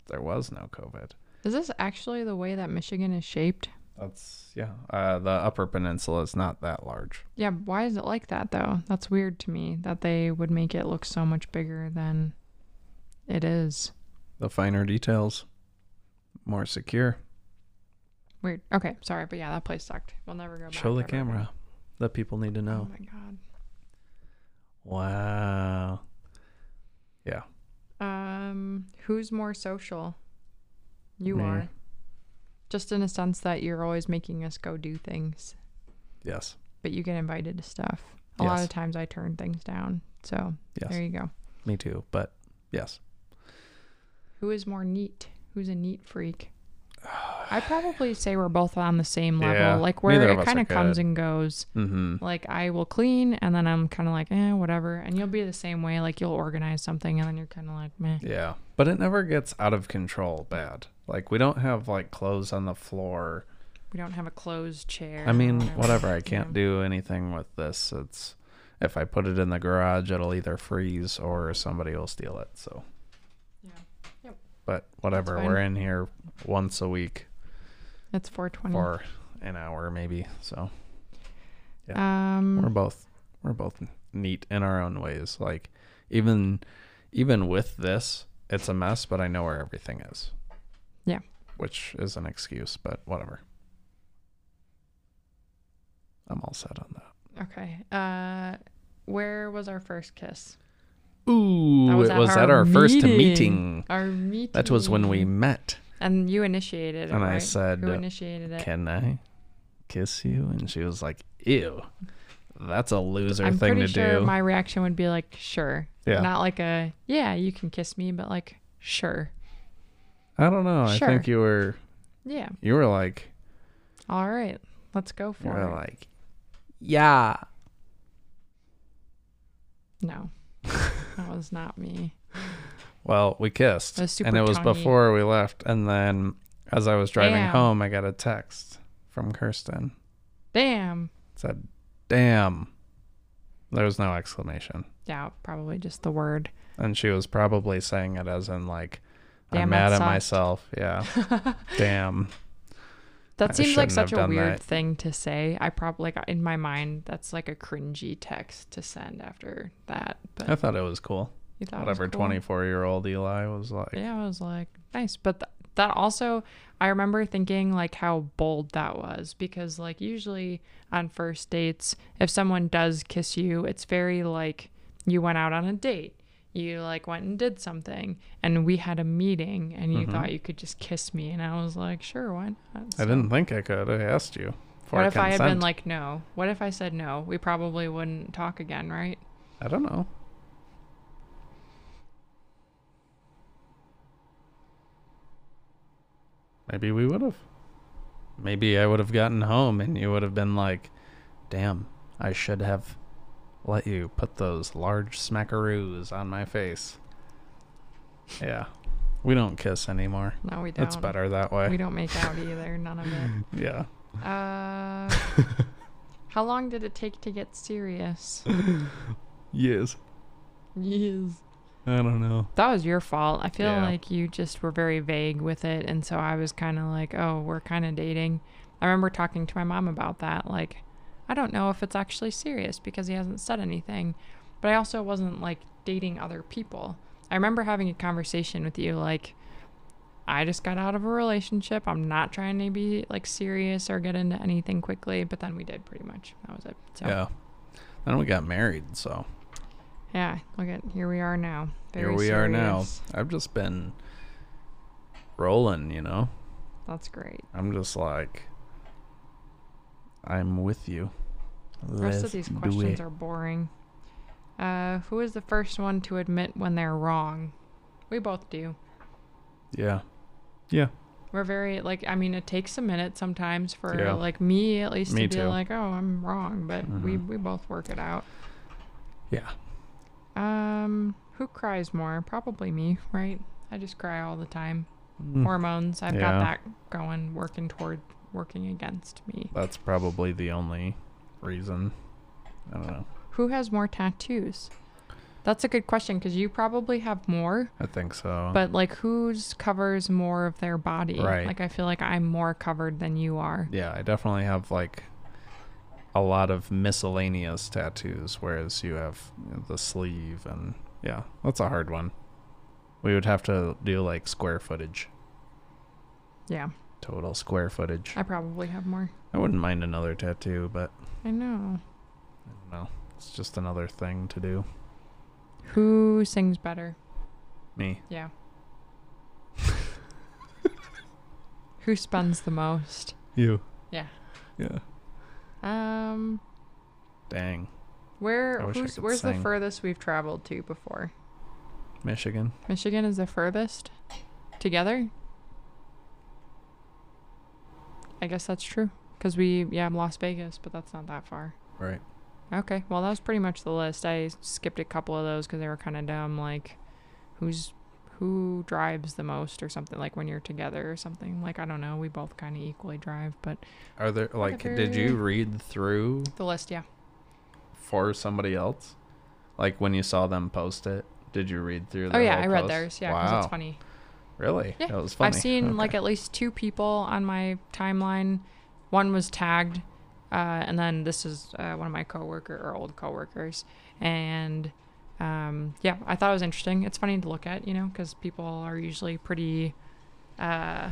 S1: there was no COVID.
S2: Is this actually the way that Michigan is shaped?
S1: That's yeah. Uh the upper peninsula is not that large.
S2: Yeah, why is it like that though? That's weird to me that they would make it look so much bigger than it is.
S1: The finer details. More secure.
S2: Weird. Okay, sorry, but yeah, that place sucked. We'll never go back.
S1: Show the
S2: ever again.
S1: camera. The people need to
S2: Oh
S1: know.
S2: my god.
S1: Wow.
S2: Um, who's more social? You
S1: Me.
S2: are. Just in a sense that you're always making us go do things,
S1: Yes.
S2: but you get invited to stuff. A lot
S1: Yes.
S2: of times I turn things down. So
S1: Yes.
S2: there you go.
S1: Me too, but yes.
S2: Who is more neat? Who's a neat freak? I probably say we're both on the same level.
S1: Yeah,
S2: like
S1: neither
S2: where
S1: of
S2: it
S1: us are
S2: kind of comes
S1: good.
S2: and goes.
S1: Mm-hmm.
S2: Like I will clean and then I'm kind of like, eh, whatever. And you'll be the same way. Like you'll organize something and then you're kind of like, meh.
S1: Yeah. But it never gets out of control bad. Like we don't have like clothes on the floor.
S2: We don't have a closed chair.
S1: I mean,
S2: or
S1: whatever, I
S2: Yeah.
S1: can't do anything with this. It's if I put it in the garage, it'll either freeze or somebody will steal it. So,
S2: Yeah. Yep.
S1: But whatever,
S2: fine.
S1: we're in here once a week
S2: It's 420.
S1: for an hour maybe. So,
S2: Um,
S1: we're both we're both neat in our own ways. Like even even with this, it's a mess, but I know where everything is.
S2: Yeah.
S1: Which is an excuse, but whatever. I'm all set on that.
S2: okay. Uh, where was our first kiss?
S1: Ooh,
S2: was
S1: it
S2: at
S1: was
S2: our
S1: at our first
S2: meeting.
S1: meeting.
S2: Our meeting.
S1: That was when we met,
S2: And you initiated it.
S1: and I
S2: right?
S1: said,
S2: Who initiated it?
S1: "Can I kiss you?" And she was like, "Ew, that's a loser
S2: I'm
S1: thing
S2: pretty
S1: to
S2: sure
S1: do."
S2: my reaction would be like, sure.
S1: Yeah.
S2: Not like a, yeah, you can kiss me, but like, sure.
S1: I don't know. I
S2: Sure.
S1: think you were
S2: Yeah.
S1: you were like,
S2: All right. Let's go for
S3: We're
S2: it.
S3: like, yeah.
S2: No, that was not me.
S1: Well, we kissed,
S2: It was super
S1: and it was
S2: tonguey.
S1: before we left. And then, as I was driving
S2: Damn.
S1: home, I got a text from Kirsten.
S2: Damn.
S1: It said, "Damn." There was no exclamation,
S2: Yeah, probably just the word.
S1: and she was probably saying it as in like, "I'm
S2: Damn, that
S1: mad at
S2: sucked.
S1: myself." Yeah. Damn. I
S2: That seems like
S1: shouldn't have
S2: such a
S1: done
S2: weird
S1: that.
S2: thing to say. I probably got, in my mind that's like a cringy text to send after that. But
S1: I thought it was cool.
S2: you thought it was
S1: Whatever
S2: cool.
S1: 24 year old Eli was like.
S2: Yeah, I was like, nice. But th- that also, I remember thinking like how bold that was because, like, usually on first dates, if someone does kiss you, it's very like you went out on a date, you like went and did something, and we had a meeting, and you thought you could just kiss me. And I was like, sure, why not?
S1: Mm-hmm. I didn't think I could. I asked you. For
S2: What if I had been
S1: consent.
S2: like, no? What if I said no? We probably wouldn't talk again, right?
S1: I don't know. Maybe we would have. Maybe I would have gotten home and you would have been like, damn, I should have let you put those large smackaroos on my face. Yeah. We don't kiss anymore.
S2: No, we don't.
S1: It's better that
S2: We
S1: way.
S2: don't make out either. None of it.
S1: Yeah.
S2: Uh, how long did it take to get serious?
S1: Yes.
S2: Yes.
S1: I don't know.
S2: That was your fault. I feel
S1: Yeah.
S2: like you just were very vague with it. And so I was kind of like, oh, we're kind of dating. I remember talking to my mom about that. Like, I don't know if it's actually serious because he hasn't said anything. But I also wasn't like dating other people. I remember having a conversation with you like, I just got out of a relationship. I'm not trying to be like serious or get into anything quickly. But then we did pretty much. That was it. So,
S1: Yeah. Then we got married, so.
S2: Yeah, look at here we are now.
S1: Here
S2: Very
S1: we are now.
S2: serious.
S1: I've just been rolling, you know?
S2: That's great.
S1: I'm just like, I'm with you.
S2: The rest of these questions are boring. Uh, who is the first one to admit when they're wrong? We both do.
S1: Yeah. Yeah.
S2: We're very like I mean it takes a minute sometimes for
S1: Yeah.
S2: like me at least
S1: Me
S2: to be
S1: too.
S2: like oh I'm wrong but we
S1: Mhm.
S2: we both work it out.
S1: Yeah.
S2: Um, who cries more? Probably me, right? I just cry all the time. Hormones. I've
S1: Mm.
S2: got
S1: Yeah.
S2: that going, working toward working against me.
S1: That's probably the only reason. I don't know.
S2: Who has more tattoos? That's a good question because you probably have more,
S1: I think so.
S2: but like whose covers more of their body?
S1: Right.
S2: Like I feel like I'm more covered than you are.
S1: yeah, I definitely have like a lot of miscellaneous tattoos, whereas you have you know, the sleeve and yeah, that's a hard one. We would have to do like square footage,
S2: Yeah,
S1: total square footage.
S2: I probably have more.
S1: I wouldn't mind another tattoo, but
S2: I know.
S1: I don't know. It's just another thing to do.
S2: Who sings better?
S1: Me.
S2: Yeah. Who spends the most?
S1: You.
S2: Yeah.
S1: Yeah.
S2: Um,
S1: Dang.
S2: where
S1: I wish I
S2: who's,
S1: could
S2: where's the
S1: sing.
S2: furthest we've traveled to before?
S1: Michigan.
S2: Michigan is the furthest together. I guess that's true because we yeah Las Vegas, but that's not that far.
S1: Right.
S2: Okay, well that was pretty much the list. I skipped a couple of those because they were kind of dumb, like who's who drives the most or something like when you're together or something. Like I don't know, we both kind of equally drive, but
S1: Are there like did you
S2: Whatever.
S1: read through
S2: the list, yeah,
S1: for somebody else? Like when you saw them post it, did you read through
S2: oh
S1: their
S2: yeah,
S1: whole
S2: I read
S1: post?
S2: theirs, yeah, because
S1: wow.
S2: it's funny.
S1: Really?
S2: Yeah,
S1: That was funny.
S2: I've seen
S1: Okay.
S2: like at least two people on my timeline. One was tagged, uh, and then this is uh, one of my coworker or old coworkers. And um, yeah, I thought it was interesting. It's funny to look at, you know, because people are usually pretty. Uh,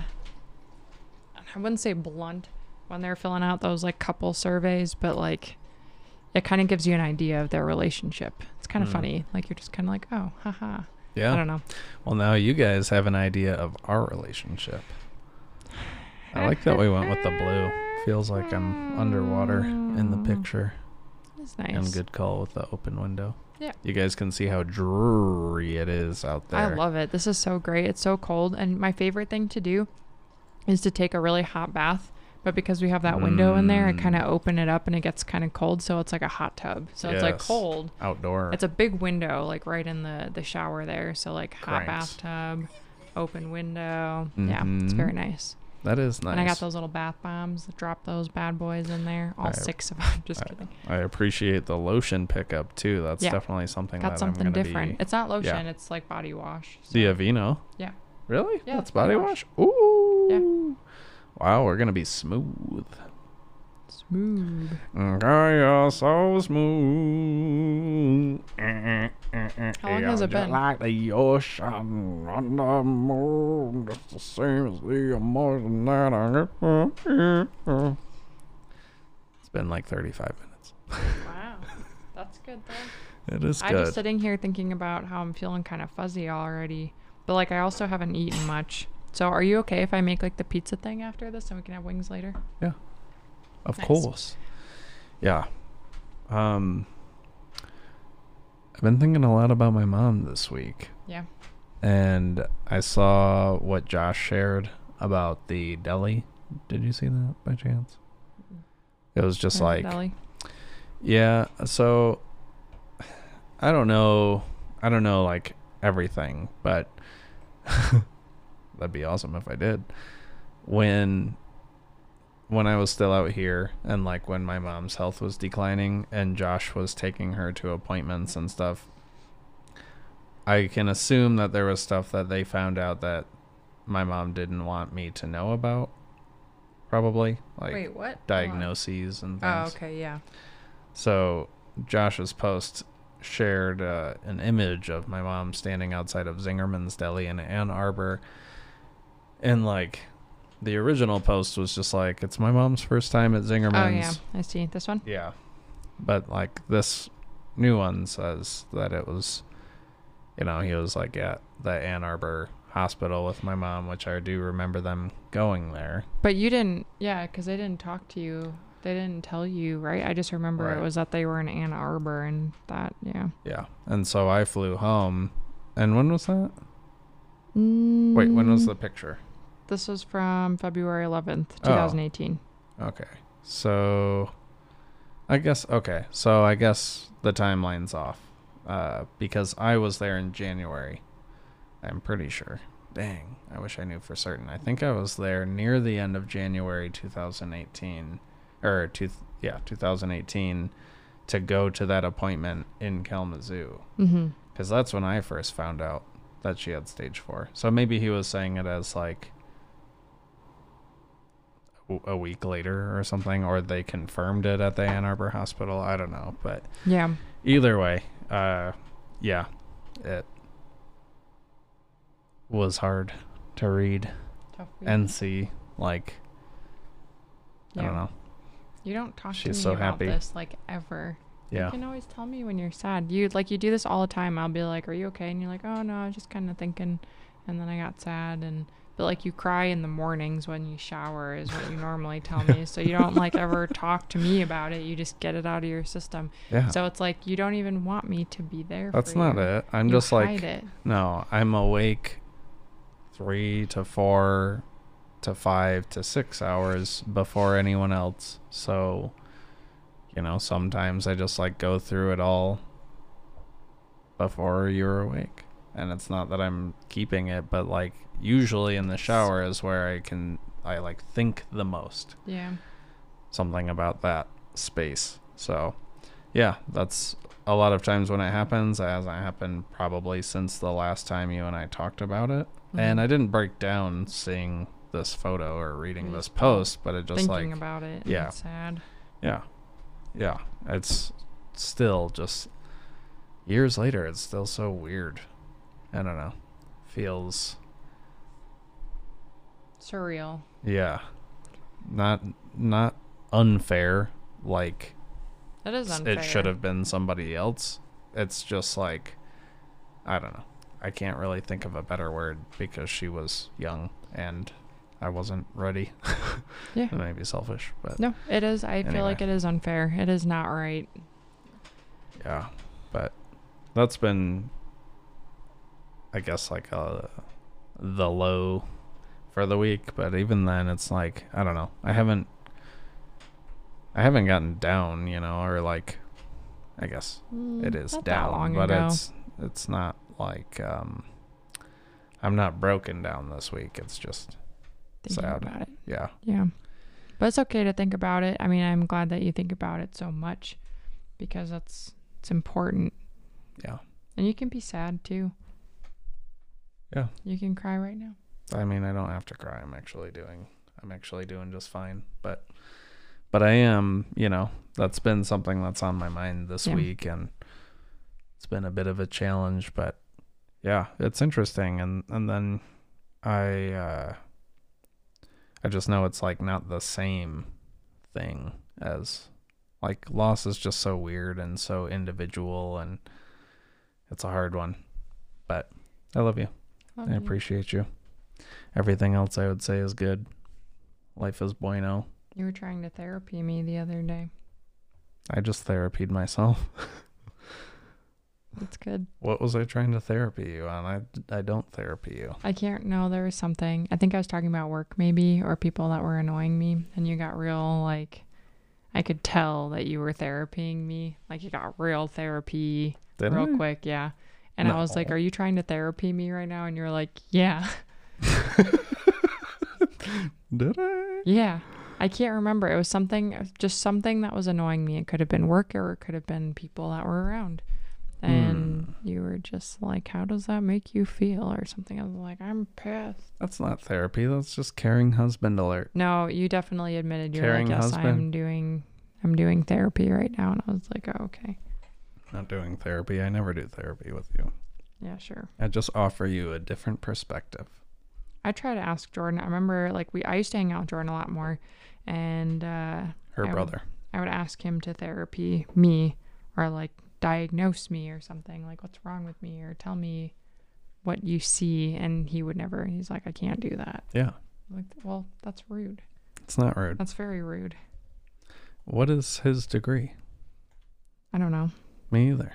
S2: I wouldn't say blunt when they're filling out those like couple surveys, but like it kind of gives you an idea of their relationship. It's kind of
S1: Mm.
S2: funny. Like you're just kind of like, oh, haha. I
S1: Yeah.
S2: don't know.
S1: Well now you guys have an idea of our relationship. I like that we went with the blue. Feels like I'm underwater in the
S2: Mm.
S1: picture.
S2: It's nice.
S1: And good call with the open window.
S2: Yeah.
S1: You guys can see how dreary it is out there.
S2: I love it. This is so great. It's so cold. And my favorite thing to do is to take a really hot bath, But because we have that window in
S1: Mm.
S2: there, I kind of open it up and it gets kind of cold. So it's like a hot tub. So it's like
S1: Yes.
S2: cold.
S1: Outdoor.
S2: It's a big window, like right in the the shower there. So like hot
S1: Cranks.
S2: bathtub, open window. Yeah, it's very nice.
S1: that is Mm-hmm. nice.
S2: And I got those little bath bombs. Drop those bad boys in there. All
S1: I-
S2: six of them. Just kidding.
S1: I appreciate the lotion pickup too. That's
S2: Yeah.
S1: definitely something
S2: Got
S1: that
S2: something
S1: I'm gonna
S2: different.
S1: Be,
S2: It's not lotion. It's like body wash. So,
S1: the Aveeno.
S2: yeah.
S1: Really?
S2: Yeah,
S1: That's
S2: it's body
S1: body wash. Ooh. Wow, we're gonna be smooth.
S2: Smooth.
S1: Okay, you're so smooth.
S2: How long has it been?
S1: Like the ocean on the moon, just the same as the emotion that I get from you. It's been like 35 minutes.
S2: Wow. That's good though.
S1: It is
S2: I'm just
S1: good.
S2: sitting here thinking about how I'm feeling kind of fuzzy already. But like I also haven't eaten much. So are you okay if I make like the pizza thing after this and we can have wings later?
S1: Of
S2: Nice.
S1: course. Yeah. Um I've been thinking a lot about my mom this week.
S2: Yeah.
S1: And I saw what Josh shared about the deli. Did you see that by chance? It was just
S2: Or
S1: like
S2: belly?
S1: yeah, so I don't know I don't know like everything, but that'd be awesome if I did. When when I was still out here and like when my mom's health was declining and Josh was taking her to appointments and stuff, I can assume that there was stuff that they found out that my mom didn't want me to know about. Probably. Like
S2: Wait, what? Hold on.
S1: diagnoses and things.
S2: Oh, okay, yeah.
S1: So Josh's post shared uh, an image of my mom standing outside of Zingerman's Deli in Ann Arbor, and like the original post was just like it's my mom's first time at
S2: Oh yeah,
S1: Zingerman's.
S2: I see. This one?
S1: yeah. Yeah. But like this new one says that it was, you know, he was like at the Ann Arbor hospital with my mom, which I do remember them going there.
S2: But you didn't, yeah, because they didn't talk to you. They didn't tell you, right? I just remember it
S1: Right.
S2: was that they were in Ann Arbor and that, yeah.
S1: Yeah. And so I flew home. And when was that? Wait, when was
S2: Mm,
S1: the picture?
S2: This was from February 11th,
S1: Oh.
S2: 2018.
S1: Okay. So I guess okay. So I guess the timeline's off. Uh because I was there in January. I'm pretty sure. Dang, I wish I knew for certain. I think I was there near the end of January 2018 or two, yeah, 2018 to go to that appointment in Kalamazoo
S2: Mm-hmm.
S1: because that's when I first found out that she had stage four. So maybe he was saying it as like w- a week later or something, or they confirmed it at the Ann Arbor Hospital. I don't know, but
S2: Yeah.
S1: either way, uh, yeah, it was hard to read
S2: Tough week.
S1: and see. Like
S2: yeah.
S1: I don't know.
S2: You don't talk to me
S1: She's so
S2: about
S1: happy.
S2: this like ever.
S1: Yeah,
S2: You can always tell me when you're sad. You like you do this all the time. I'll be like, "Are you okay?" And you're like, "Oh no, I was just kind of thinking," and then I got sad. And but like you cry in the mornings when you shower is what you normally tell me. So you don't like ever talk to me about it. You just get it out of your system.
S1: yeah.
S2: So it's like you don't even want me to be there.
S1: that's
S2: for
S1: not
S2: you.
S1: it. I'm
S2: You
S1: just like
S2: hide it.
S1: No, I'm awake three to four to five to six hours before anyone else. So, you know, sometimes I just like go through it all before you're awake. And it's not that I'm keeping it, but like usually in the shower is where I can, I like think the most
S2: Yeah.
S1: something about that space. So, yeah, that's a lot of times when it happens. It hasn't happened probably since the last time you and I talked about it.
S2: Mm-hmm.
S1: And I didn't break down seeing this photo or reading this post, but it just
S2: Mm-hmm. Thinking
S1: like,
S2: about it. and
S1: yeah.
S2: it's sad.
S1: yeah, yeah, it's still just years later, it's still so weird. I don't know. Feels,
S2: Surreal.
S1: yeah, not, not unfair, like
S2: That is
S1: s-
S2: unfair.
S1: it should have been somebody else. It's just like I don't know. I can't really think of a better word because she was young and I wasn't ready.
S2: Yeah.
S1: It may be selfish, but
S2: No, it is. I
S1: Anyway.
S2: feel like it is unfair. It is not right.
S1: yeah. But that's been I guess like uh the low for the week, but even then it's like I don't know. I haven't I haven't gotten down, you know, or like, I guess it is
S2: Mm, not that
S1: down,
S2: long
S1: but
S2: ago.
S1: it's it's not like um, I'm not broken down this week. It's just
S2: thinking
S1: Sad.
S2: about it.
S1: yeah,
S2: Yeah. But it's okay to think about it. I mean, I'm glad that you think about it so much because that's it's important.
S1: Yeah.
S2: And you can be sad too.
S1: Yeah.
S2: You can cry right now.
S1: I mean, I don't have to cry. I'm actually doing I'm actually doing just fine. But but I am, you know, that's been something that's on my mind this
S2: Yeah.
S1: week and it's been a bit of a challenge, but yeah, it's interesting and and then I uh I just know it's like not the same thing as like loss is just so weird and so individual and it's a hard one. But I love you.
S2: Love
S1: I
S2: you.
S1: appreciate you. Everything else I would say is good. Life is bueno.
S2: You were trying to therapy me the other day.
S1: I just therapied myself.
S2: That's good.
S1: What was I trying to therapy you on? I, I don't therapy you.
S2: I can't know there was something. I think I was talking about work maybe or people that were annoying me and you got real like I could tell that you were therapying me. Like you got real therapy.
S1: Did
S2: real
S1: I?
S2: quick, yeah. And I was like,
S1: No.
S2: "Are you trying to therapy me right now?" And you're like, "Yeah,
S1: Did I?
S2: yeah." I can't remember. It was something, just something that was annoying me. It could have been work, or it could have been people that were around. And
S1: Hmm.
S2: you were just like, "How does that make you feel?" or something. I was like, "I'm pissed."
S1: That's not therapy. That's just caring husband alert.
S2: No, you definitely admitted you're
S1: Caring
S2: like, "Yes, I'm
S1: husband.
S2: doing, I'm doing therapy right now," and I was like, "Oh, okay,
S1: Not doing therapy. I never do therapy with you.
S2: yeah, sure."
S1: I just offer you a different perspective.
S2: I try to ask Jordan. I remember, like, we I used to hang out with Jordan a lot more, and. uh I
S1: Her
S2: would-
S1: brother.
S2: I would ask him to therapy me or like diagnose me or something like what's wrong with me or tell me what you see and he would never he's like I can't do that.
S1: Yeah.
S2: I'm like well, that's rude.
S1: It's not rude.
S2: That's very rude.
S1: What is his degree?
S2: I don't know.
S1: Me either.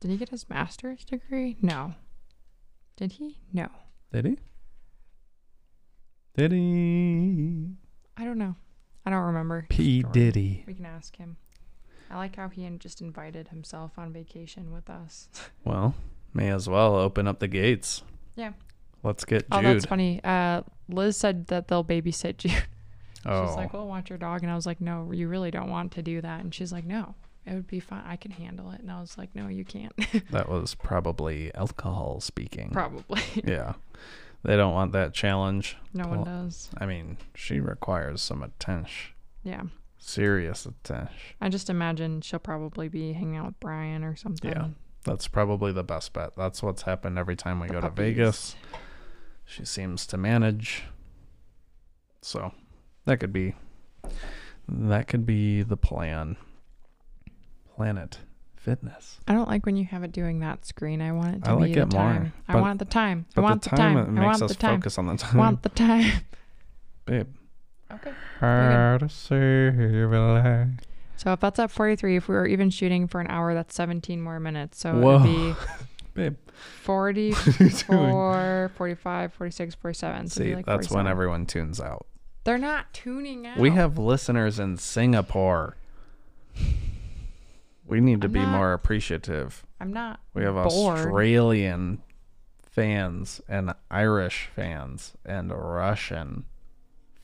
S2: Did he get his master's degree? No. Did he? No.
S1: Did he? Did he?
S2: I don't know. I don't remember.
S1: P.
S2: Jordan.
S1: Diddy.
S2: We can ask him. I like how he in- just invited himself on vacation with us.
S1: Well, may as well open up the gates.
S2: Yeah.
S1: Let's get
S2: Oh,
S1: Jude.
S2: that's funny. Uh, Liz said that they'll babysit you.
S1: Oh,
S2: She's like, "Well, watch your dog," and I was like, "No, you really don't want to do that." And she's like, "No, it would be fine. I can handle it." And I was like, "No, you can't.
S1: that was probably alcohol speaking.
S2: Probably
S1: yeah. They don't want that challenge.
S2: no one
S1: Well-
S2: does."
S1: I mean, she requires some attention.
S2: Yeah,
S1: Serious attention.
S2: I just imagine she'll probably be hanging out with Brian or something.
S1: Yeah. That's probably the best bet. That's what's happened every time we
S2: The
S1: go to
S2: puppies.
S1: Vegas. She seems to manage. So, that could be that could be the plan. Planet Fitness.
S2: I don't like when you have it doing that screen. I want it to
S1: I
S2: be
S1: like
S2: the
S1: it more,
S2: time. I
S1: but-
S2: want the time. I
S1: But
S2: want
S1: the time, it
S2: I
S1: makes
S2: want
S1: us
S2: the time.
S1: focus on the
S2: I
S1: time.
S2: want the time.
S1: Babe.
S2: Okay.
S1: How to save a life.
S2: So if that's at 43, if we were even shooting for an hour, that's 17 more minutes. So
S1: Whoa.
S2: it'd be
S1: Babe. Oh,
S2: 40,
S1: What are you doing?
S2: 4, 45, 46, 47. So it'd be
S1: See,
S2: like
S1: that's when
S2: 47.
S1: everyone tunes out.
S2: They're not tuning out.
S1: We have listeners in Singapore. We need to
S2: I'm
S1: be
S2: not-
S1: more appreciative.
S2: I'm not.
S1: We have
S2: bored.
S1: Australian fans and Irish fans and Russian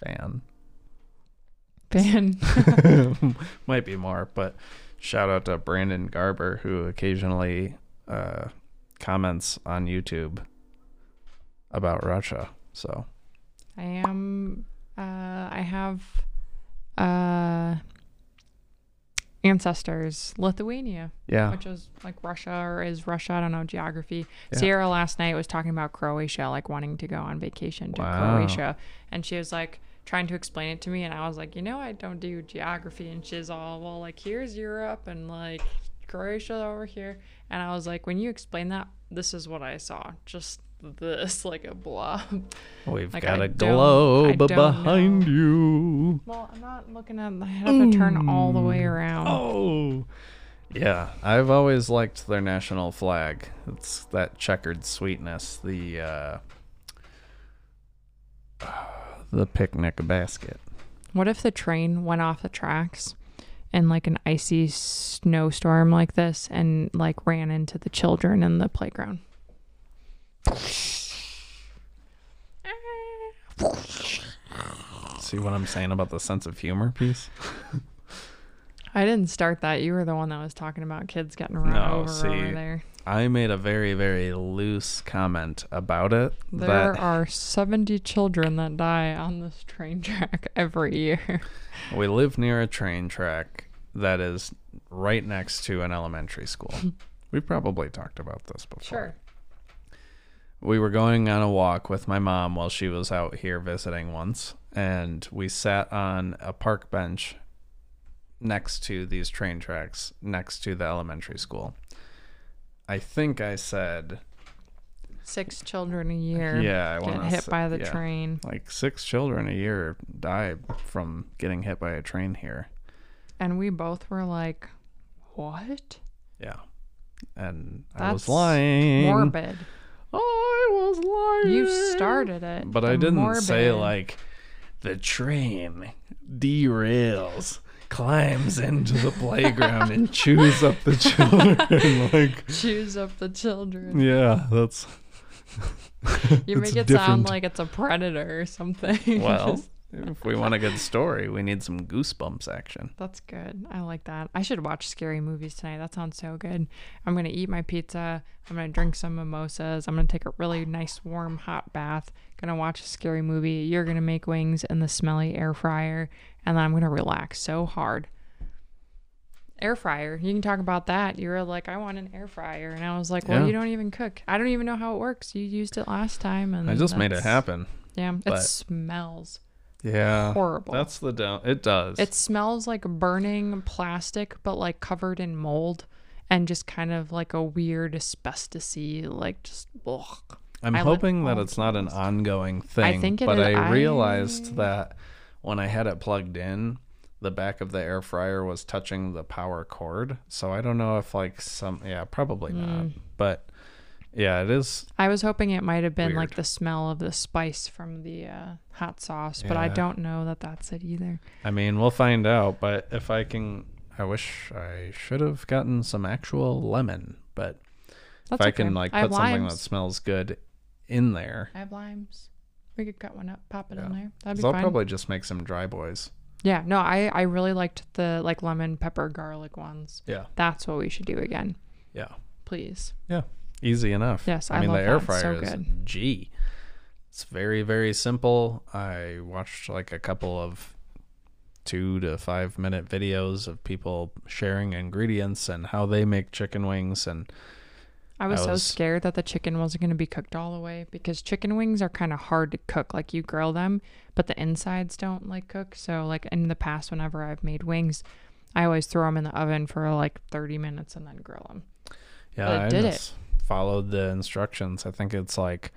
S1: fan.
S2: Ben.
S1: might be more, but shout out to Brandon Garber who occasionally uh, comments on YouTube about Russia. So
S2: I am. Uh, I have uh, ancestors Lithuania,
S1: yeah,
S2: which is like Russia or is Russia. I don't know geography.
S1: Yeah.
S2: Sierra last night was talking about Croatia, like wanting to go on vacation to
S1: Wow.
S2: Croatia, and she was like trying to explain it to me, and I was like, you know, I don't do geography, and she's all, well, like here's Europe and like Croatia over here, and I was like, when you explain that, this is what I saw, just this like a blob.
S1: we've
S2: Like,
S1: got
S2: I
S1: a
S2: don't-
S1: globe
S2: I don't
S1: behind
S2: know.
S1: you.
S2: Well, I'm not looking at. I have to turn all the way around.
S1: Mm. Oh, yeah. I've always liked their national flag. It's that checkered sweetness. The uh, the picnic basket.
S2: What if the train went off the tracks in like an icy snowstorm like this and like ran into the children in the playground?
S1: See what I'm saying about the sense of humor piece?
S2: I didn't start that. You were the one that was talking about kids getting run
S1: No,
S2: over
S1: see,
S2: over there.
S1: I made a very, very loose comment about it.
S2: There
S1: that
S2: are 70 children that die on this train track every year.
S1: we live near a train track that is right next to an elementary school. we probably talked about this before. we were going on a walk with my mom while she was out here visiting once, and we sat on a park bench next to these train tracks, next to the elementary school. I think I said,
S2: Six children a year
S1: yeah, I
S2: get
S1: want
S2: hit by the train.
S1: Like six children a year die from getting hit by a train here.
S2: And we both were like, what?
S1: Yeah. And I
S2: That's
S1: was lying.
S2: Morbid.
S1: I was lying.
S2: You started it.
S1: But I
S2: The
S1: didn't say
S2: morbid.
S1: like the train derails, climbs into the playground and chews up the children. like
S2: choose up the children.
S1: yeah, that's
S2: You make
S1: It's
S2: it sound
S1: different.
S2: like it's a predator or something.
S1: well.
S2: Just-
S1: if we want a good story, we need some goosebumps action.
S2: That's good. I like that. I should watch scary movies tonight. That sounds so good. I'm going to eat my pizza. I'm going to drink some mimosas. I'm going to take a really nice warm hot bath. Going to watch a scary movie. You're going to make wings in the smelly air fryer and then I'm going to relax so hard. Air fryer. You can talk about that. You were like, I want an air fryer. And I was like, well,
S1: Yeah.
S2: you don't even cook. I don't even know how it works. You used it last time. And
S1: I just made it
S2: Mm, that's-
S1: happen.
S2: Yeah. It
S1: but-
S2: smells
S1: Yeah.
S2: horrible.
S1: That's the down. It does.
S2: It smells like burning plastic, but like covered in mold and just kind of like a weird asbestos-y, like just ugh.
S1: I'm
S2: I would
S1: hoping that
S2: all
S1: it's not an ongoing thing.
S2: think it
S1: but
S2: is-
S1: I
S2: I-
S1: realized that when I had it plugged in, the back of the air fryer was touching the power cord. So I don't know if like some yeah, probably not.
S2: Hmm.
S1: But yeah, it is
S2: I was hoping it might have been like
S1: Weird.
S2: the smell of the spice from the uh, hot sauce, but I
S1: Yeah.
S2: don't know that that's it either.
S1: I mean, we'll find out, but if I can I wish I should have gotten some actual lemon, but
S2: That's
S1: if I
S2: okay.
S1: can like
S2: I have
S1: put something
S2: limes.
S1: that smells good in there.
S2: I have limes. We could cut one up, pop it
S1: Yeah.
S2: in there. That'd
S1: 'cause
S2: be
S1: I'll
S2: fine.
S1: probably just make some dry boys.
S2: Yeah, no, I I really liked the like lemon, pepper, garlic ones.
S1: Yeah.
S2: That's what we should do again,
S1: Yeah.
S2: please.
S1: Yeah, easy enough.
S2: Yes, I
S1: mean
S2: love
S1: the
S2: that.
S1: air
S2: It's so
S1: fryer is
S2: good.
S1: G. It's very very simple. I watched like a couple of two to five minute videos of people sharing ingredients and how they make chicken wings and
S2: I was,
S1: I
S2: so
S1: was-
S2: scared that the chicken wasn't going to be cooked all the way because chicken wings are kind of hard to cook. Like you grill them, but the insides don't like cook. So like in the past, whenever I've made wings, I always throw them in the oven for like 30 minutes and then grill them.
S1: yeah,
S2: But it
S1: I
S2: did it.
S1: just followed the instructions. I think it's like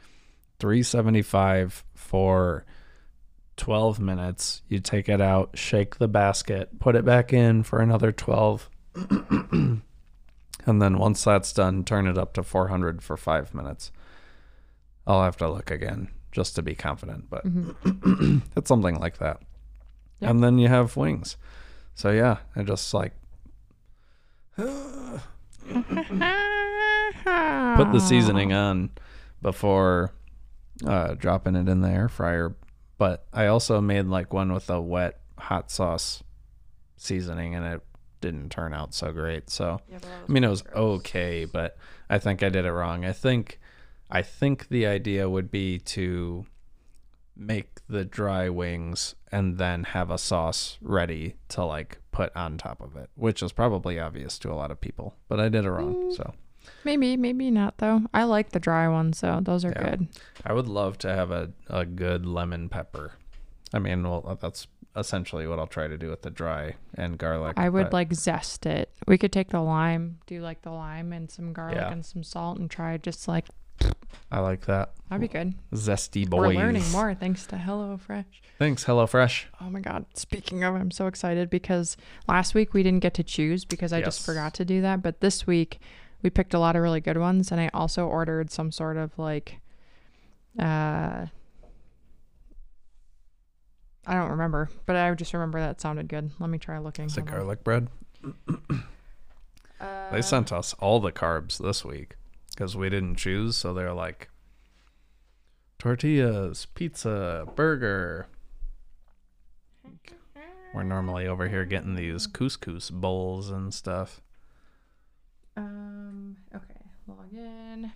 S1: 375 for 12 minutes. You take it out, shake the basket, put it back in for another 12. and then once that's done, turn it up to 400 for 5 minutes. I'll have to look again just to be confident, but it's something like that.
S2: Mm-hmm. Yeah.
S1: And then you have wings. So yeah, I just like put the seasoning on before uh, dropping it in the air fryer. But I also made like one with a wet hot sauce seasoning, and it didn't turn out so great. So I mean, it was okay, but I think I did it wrong. I think I think the idea would be to make the dry wings and then have a sauce ready to like put on top of it, which is probably obvious to a lot of people, but I did it wrong. So
S2: Maybe, maybe not though. I like the dry ones though. Those are
S1: Yeah.
S2: good.
S1: I would love to have a, a good lemon pepper. I mean, well, uh, that's essentially what I'll try to do with the dry and garlic.
S2: I would
S1: but
S2: like zest it. We could take the lime, do like the lime and some garlic
S1: Yeah.
S2: and some salt and try just like,
S1: I like that
S2: that'd be good.
S1: zesty boys.
S2: We're learning more thanks to HelloFresh.
S1: Thanks, HelloFresh.
S2: Oh my God. Speaking of, I'm so excited because last week we didn't get to choose because I just
S1: Yes.
S2: forgot to do that. But this week we picked a lot of really good ones. And I also ordered some sort of like, uh, I don't remember, but I just remember that sounded good. Let me try looking.
S1: Is it
S2: Hold on.
S1: garlic bread?
S2: Uh,
S1: they sent us all the carbs this week because we didn't choose. So they're like tortillas, pizza, burger. We're normally over here getting these couscous bowls and stuff.
S2: Um. Okay. Log in.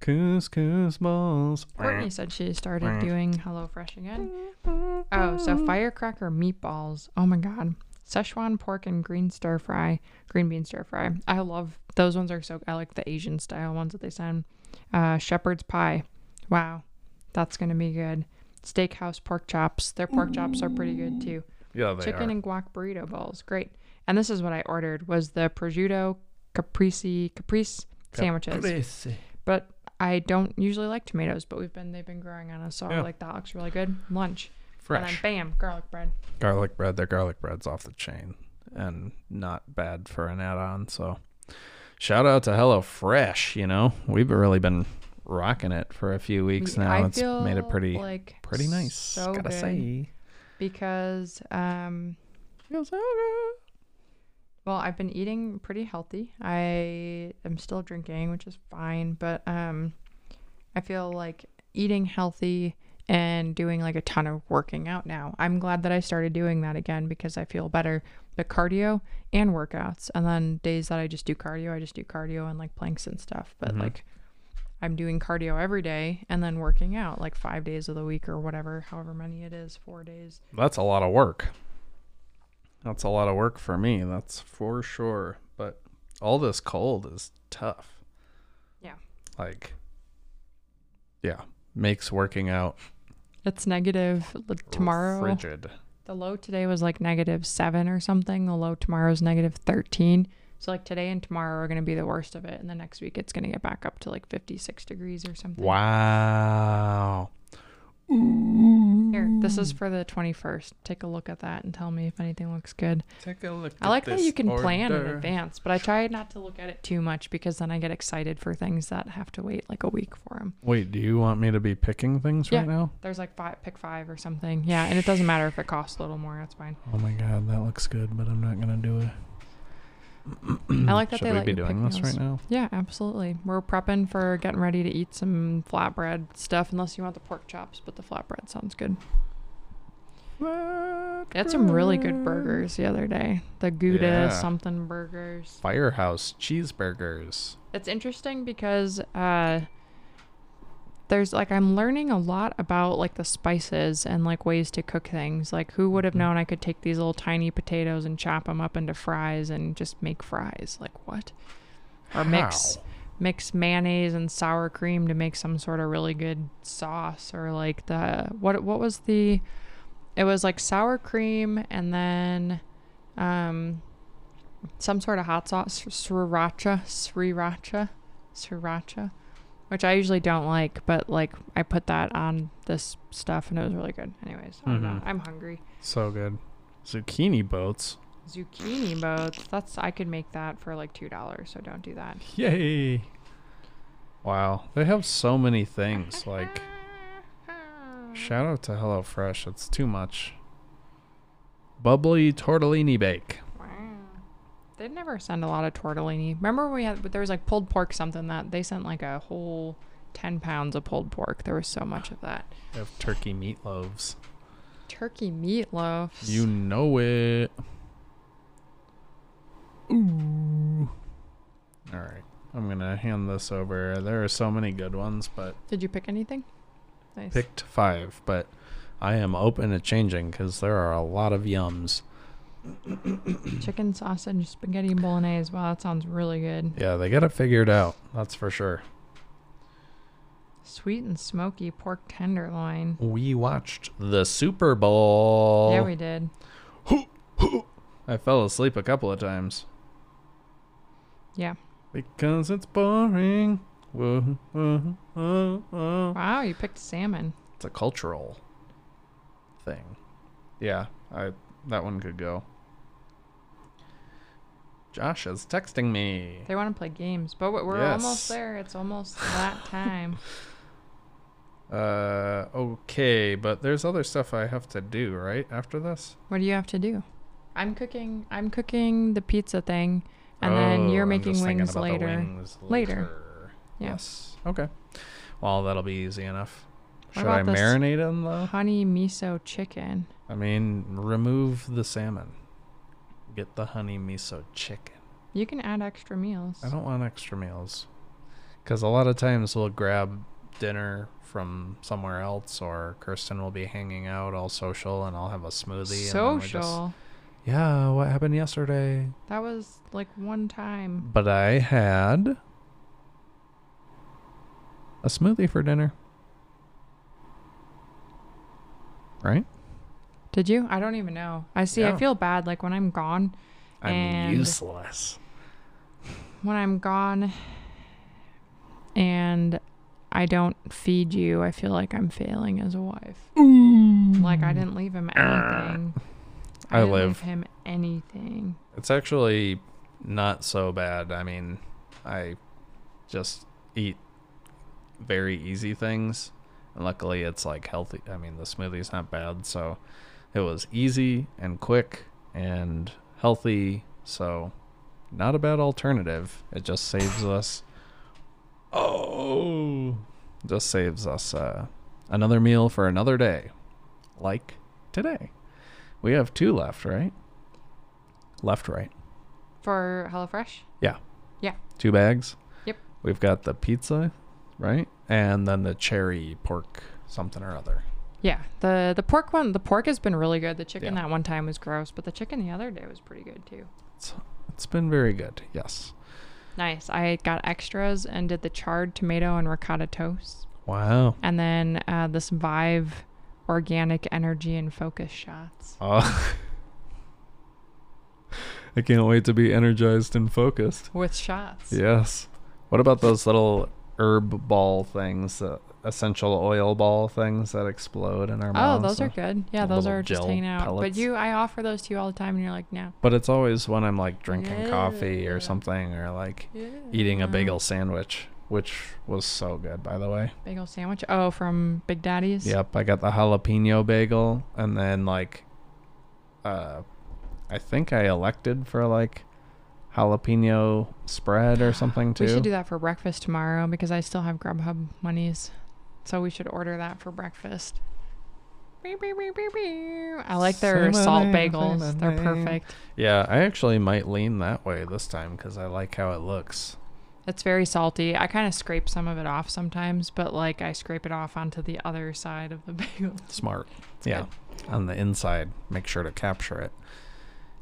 S1: Couscous bowls.
S2: Courtney said she started doing HelloFresh again. Oh, so
S1: Mm-hmm.
S2: firecracker meatballs. Oh my god. Szechuan pork and green stir fry, green bean stir fry. I love those ones are so I like the Asian style ones that they send. Uh, shepherd's pie. Wow. That's going to be good. Steakhouse pork chops. Their pork chops are pretty good too.
S1: Yeah, they
S2: Chicken
S1: are.
S2: and guac burrito bowls. Great. And this is what I ordered was the prosciutto caprese caprese sandwiches but I don't usually like tomatoes, but we've been they've been growing on us, so I
S1: Yeah.
S2: was like that looks really good. Lunch. And then
S1: Fresh.
S2: bam, garlic bread.
S1: garlic bread. Their garlic bread's off the chain and not bad for an add on. So shout out to Hello Fresh, you know. We've really been rocking it for a few weeks
S2: We-
S1: now.
S2: I
S1: it's made
S2: feel
S1: it pretty
S2: like
S1: pretty nice.
S2: So
S1: gotta
S2: good
S1: say.
S2: Because um
S1: Feels so good.
S2: well, I've been eating pretty healthy. I am still drinking, which is fine, but um I feel like eating healthy and doing like a ton of working out now. I'm glad that I started doing that again because I feel better. The cardio and workouts, and then days that I just do cardio, I just do cardio and like planks and stuff. But like, I'm doing cardio every day and then working out like five days of the week or whatever, however many it is, four days.
S1: That's a lot of work. That's a lot of work for me, that's for sure. But all this cold is tough.
S2: Yeah.
S1: Like yeah, makes working out
S2: It's negative l- tomorrow.
S1: frigid.
S2: The low today was like negative seven or something. The low tomorrow is negative 13. So, like today and tomorrow are going to be the worst of it. And the next week, it's going to get back up to like 56 degrees or something.
S1: Wow.
S2: Here, this is for the 21st. Take a look at that and tell me if anything looks good.
S1: Take a look.
S2: I like that you can plan in advance, but I try not to look at it too much because then I get excited for things that have to wait like a week for them.
S1: Wait, do you want me to be picking things
S2: Yeah.
S1: right now?
S2: There's like five, pick five or something. Yeah, and it doesn't matter if it costs a little more. That's fine.
S1: Oh my god, that looks good, but I'm not gonna do it.
S2: I like that
S1: Should
S2: they
S1: we
S2: let
S1: be
S2: you
S1: doing
S2: pick
S1: this
S2: meals.
S1: right now?
S2: Yeah, absolutely. We're prepping for getting ready to eat some flatbread stuff, unless you want the pork chops, but the flatbread sounds good. They had some really good burgers the other day. The Gouda
S1: Yeah.
S2: something burgers.
S1: Firehouse cheeseburgers.
S2: It's interesting because uh, there's like I'm learning a lot about like the spices and like ways to cook things. Like who would have
S1: Mhm.
S2: known I could take these little tiny potatoes and chop them up into fries and just make fries? Like what? Or mix
S1: How?
S2: mix mayonnaise and sour cream to make some sort of really good sauce or like the what what was the it was like sour cream and then um some sort of hot sauce sriracha sriracha sriracha which I usually don't like but like I put that on this stuff and it was really good anyways I don't know.
S1: Mhm.
S2: I'm hungry
S1: So good. Zucchini boats.
S2: zucchini boats that's I could make that for like two dollars so don't do that
S1: Yay. Wow. They have so many things. Like shout out to HelloFresh. It's too much. Bubbly tortellini bake.
S2: Wow. They never send a lot of tortellini. Remember we had there was like pulled pork something that they sent like a whole ten pounds of pulled pork. There was so much of that.
S1: They have turkey meatloaves.
S2: Turkey meatloafs.
S1: You know it. Ooh. All right. I'm going to hand this over. There are so many good ones, but
S2: did you pick anything? Nice.
S1: picked five, but I am open to changing because there are a lot of yums.
S2: Chicken sausage spaghetti bolognese. Wow, that sounds really good.
S1: Yeah, they got it figured out. That's for sure.
S2: Sweet and smoky pork tenderloin.
S1: We watched the Super Bowl.
S2: Yeah, we did.
S1: I fell asleep a couple of times
S2: Yeah.
S1: because it's boring. Whoa, whoa, whoa, whoa.
S2: Wow, you picked salmon.
S1: it's a cultural thing. Yeah, I that one could go. Josh is texting me.
S2: They want to play games, but we- we're
S1: Yes.
S2: almost there. It's almost that time.
S1: Uh, okay, but there's other stuff I have to do, right? After this?
S2: What do you have to do? I'm cooking. I'm cooking the pizza thing, and then
S1: Oh,
S2: you're
S1: I'm
S2: making
S1: just thinking
S2: wings
S1: about the
S2: later.
S1: wings
S2: Later.
S1: later.
S2: Yeah.
S1: Yes. Okay. Well, that'll be easy enough.
S2: What
S1: Should I
S2: about this-
S1: marinate them though?
S2: Honey miso chicken.
S1: I mean, remove the salmon. Get the honey miso chicken.
S2: You can add extra meals.
S1: I don't want extra meals. Because a lot of times we'll grab dinner from somewhere else, or Kirsten will be hanging out all social, and I'll have a smoothie. And then we're
S2: Social.
S1: just, yeah, what happened yesterday?
S2: That was like one time.
S1: But I had a smoothie for dinner. Right?
S2: Did you? I don't even know. I see.
S1: Yeah.
S2: I feel bad. Like when I'm gone,
S1: I'm
S2: And-
S1: useless.
S2: when I'm gone, and I don't feed you, I feel like I'm failing as a wife. Like I didn't leave him anything.
S1: I
S2: didn't
S1: live.
S2: leave him anything.
S1: It's actually not so bad. I mean, I just eat very easy things. And luckily, it's like healthy. I mean, the smoothie's not bad. So it was easy and quick and healthy. So not a bad alternative. It just saves us. Oh! Just saves us uh, another meal for another day. Like today. We have two left, right? Left, right.
S2: For HelloFresh?
S1: Yeah.
S2: Yeah.
S1: Two bags.
S2: Yep.
S1: We've got the pizza, right? And then the cherry pork something or other.
S2: Yeah. The the pork one the pork has been really good. The chicken
S1: Yeah.
S2: that one time was gross, but the chicken the other day was pretty good too.
S1: It's been very good. Yes.
S2: Nice. I got extras and did the charred tomato and ricotta toast.
S1: Wow.
S2: And then uh, this Vive organic energy and focus shots.
S1: Oh. I can't wait to be energized and focused.
S2: With shots.
S1: Yes. What about those little herb ball things, the essential oil ball things that explode in our
S2: Oh,
S1: mouths?
S2: those are good. Yeah,
S1: the
S2: those
S1: little
S2: are just
S1: gel
S2: hanging out.
S1: pellets.
S2: But you, I offer those to you all the time, and you're like, no.
S1: But it's always when I'm like drinking coffee
S2: Yeah.
S1: or something or like eating a bagel sandwich, which was so good, by the way.
S2: Bagel sandwich. Oh, from Big Daddy's.
S1: Yep, I got the jalapeno bagel, and then like, uh, I think I elected for like jalapeno spread or something too.
S2: We should do that for breakfast tomorrow because I still have Grubhub monies. So we should order that for breakfast. Beep, beep, beep, beep, beep. I like their salt
S1: Cinnamon,
S2: bagels. They're
S1: cinnamon.
S2: perfect.
S1: Yeah, I actually might lean that way this time because I like how it looks.
S2: It's very salty. I kind of scrape some of it off sometimes, but like I scrape it off onto the other side of the bagel.
S1: Smart. yeah, on the inside, make sure to capture it.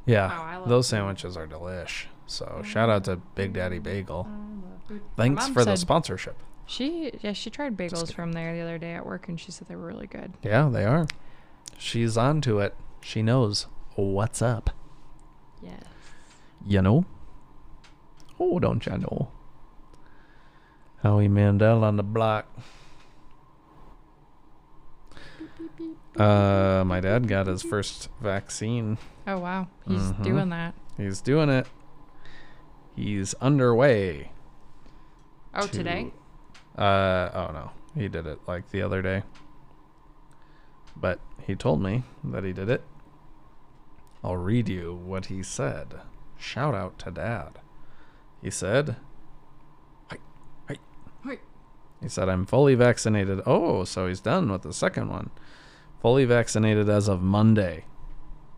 S1: Yeah,
S2: Oh, I love
S1: those
S2: food.
S1: sandwiches are delish. So shout out to Big Daddy Bagel. Thanks
S2: Mm-hmm. mom
S1: for the
S2: said-
S1: sponsorship.
S2: She yeah, she tried bagels
S1: kidding.
S2: from there the other day at work and she said they were really good.
S1: Yeah, they are. She's on to it. She knows what's up.
S2: Yes.
S1: You know? Oh, don't you know? Howie Mandel on the block. Uh, my dad got his first vaccine.
S2: Oh wow. He's
S1: Mhm.
S2: doing that.
S1: He's doing it. He's underway.
S2: Oh,
S1: to-
S2: today?
S1: Uh, oh no, he did it like the other day. But he told me that he did it. I'll read you what he said. Shout out to Dad. He said,
S2: Wait.
S1: He said, I'm fully vaccinated. Oh, so he's done with the second one. Fully vaccinated as of Monday.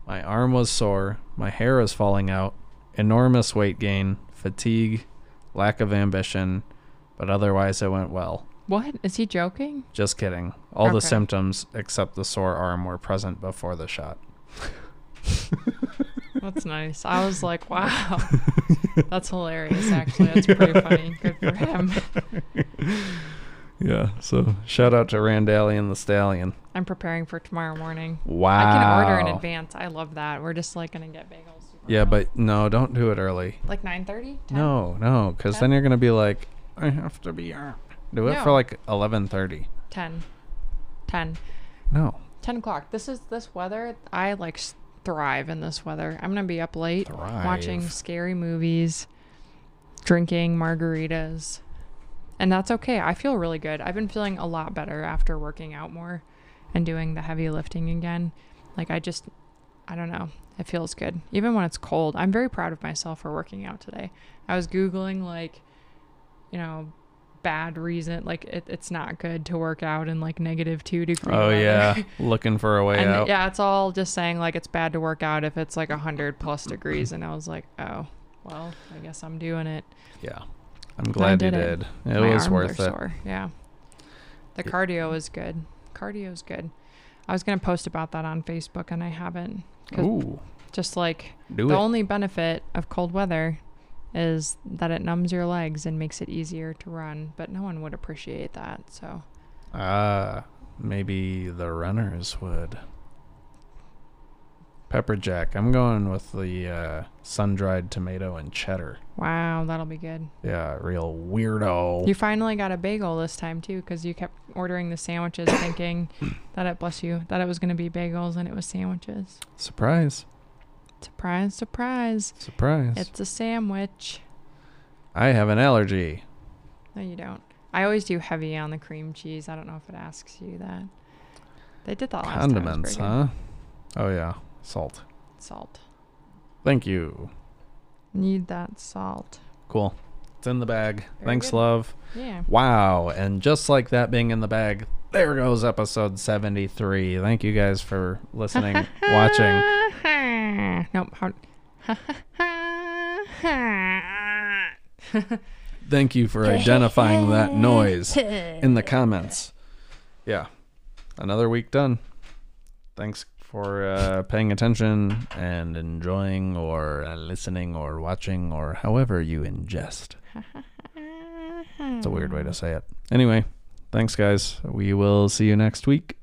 S1: My arm was sore. My hair is falling out. Enormous weight gain, fatigue, lack of ambition, but otherwise it went well.
S2: What? Is he joking?
S1: Just kidding. All the
S2: Okay.
S1: symptoms except the sore arm were present before the shot.
S2: That's nice. I was like, wow. That's hilarious, actually. That's pretty funny. Good for him.
S1: Yeah, so shout out to Randallian the Stallion.
S2: I'm preparing for tomorrow morning.
S1: Wow.
S2: I can order in advance. I love that. We're just like going to get bagels. super
S1: Yeah,
S2: fast.
S1: but no, don't do it early.
S2: Like 9.30?
S1: No, no, because then
S2: Ten?
S1: you're gonna be like, I have to be out. Do it for
S2: No.
S1: like eleven thirty.
S2: 10. 10.
S1: No,
S2: 10 o'clock. This is this weather. I like s- thrive in this weather. I'm going to be up late watching
S1: Thrive.
S2: scary movies, drinking margaritas, And that's okay. I feel really good. I've been feeling a lot better after working out more and doing the heavy lifting again. Like I just I don't know. It feels good. Even when it's cold. I'm very proud of myself for working out today. I was googling like you know bad reason like it, it's not good to work out in like negative 2 degree
S1: Oh
S2: weather.
S1: yeah, looking for a way
S2: And
S1: out.
S2: yeah, it's all just saying like it's bad to work out if it's like 100 plus degrees. And I was like, oh, well, I guess I'm doing it.
S1: Yeah. I'm glad you
S2: did it.
S1: did. It,
S2: My
S1: was
S2: arms
S1: worth
S2: are
S1: it.
S2: Sore. Yeah. The
S1: It-
S2: cardio is good. Cardio is good. I was going to post about that on Facebook and I haven't. 'cause
S1: Ooh,
S2: Just like
S1: do
S2: the
S1: it.
S2: only benefit of cold weather is that it numbs your legs and makes it easier to run, but no one would appreciate that. So
S1: Ah, maybe the runners would. Pepper jack. I'm going with the uh, sun-dried tomato and cheddar.
S2: wow, that'll be good.
S1: Yeah, real weirdo.
S2: You finally got a bagel this time too, because you kept ordering the sandwiches, thinking that it bless you that it was gonna be bagels and it was sandwiches.
S1: surprise!
S2: Surprise, surprise!
S1: Surprise!
S2: It's a sandwich.
S1: I have an allergy.
S2: No, you don't. I always do heavy on the cream cheese. I don't know if it asks you that. They did Oh, that last time. It was
S1: Condiments,
S2: pretty good.
S1: huh? Oh yeah, salt.
S2: Salt.
S1: Thank you.
S2: Need that salt.
S1: Cool. It's in the bag.
S2: Very
S1: Thanks,
S2: good.
S1: love.
S2: Yeah.
S1: Wow. And just like that being in the bag, there goes episode 73. Thank you guys for listening, watching.
S2: nope. How...
S1: Thank you for identifying that noise in the comments. Yeah. Another week done. Thanks for uh, paying attention and enjoying or uh, listening or watching or however you ingest. It's a weird way to say it. Anyway, thanks, guys. We will see you next week.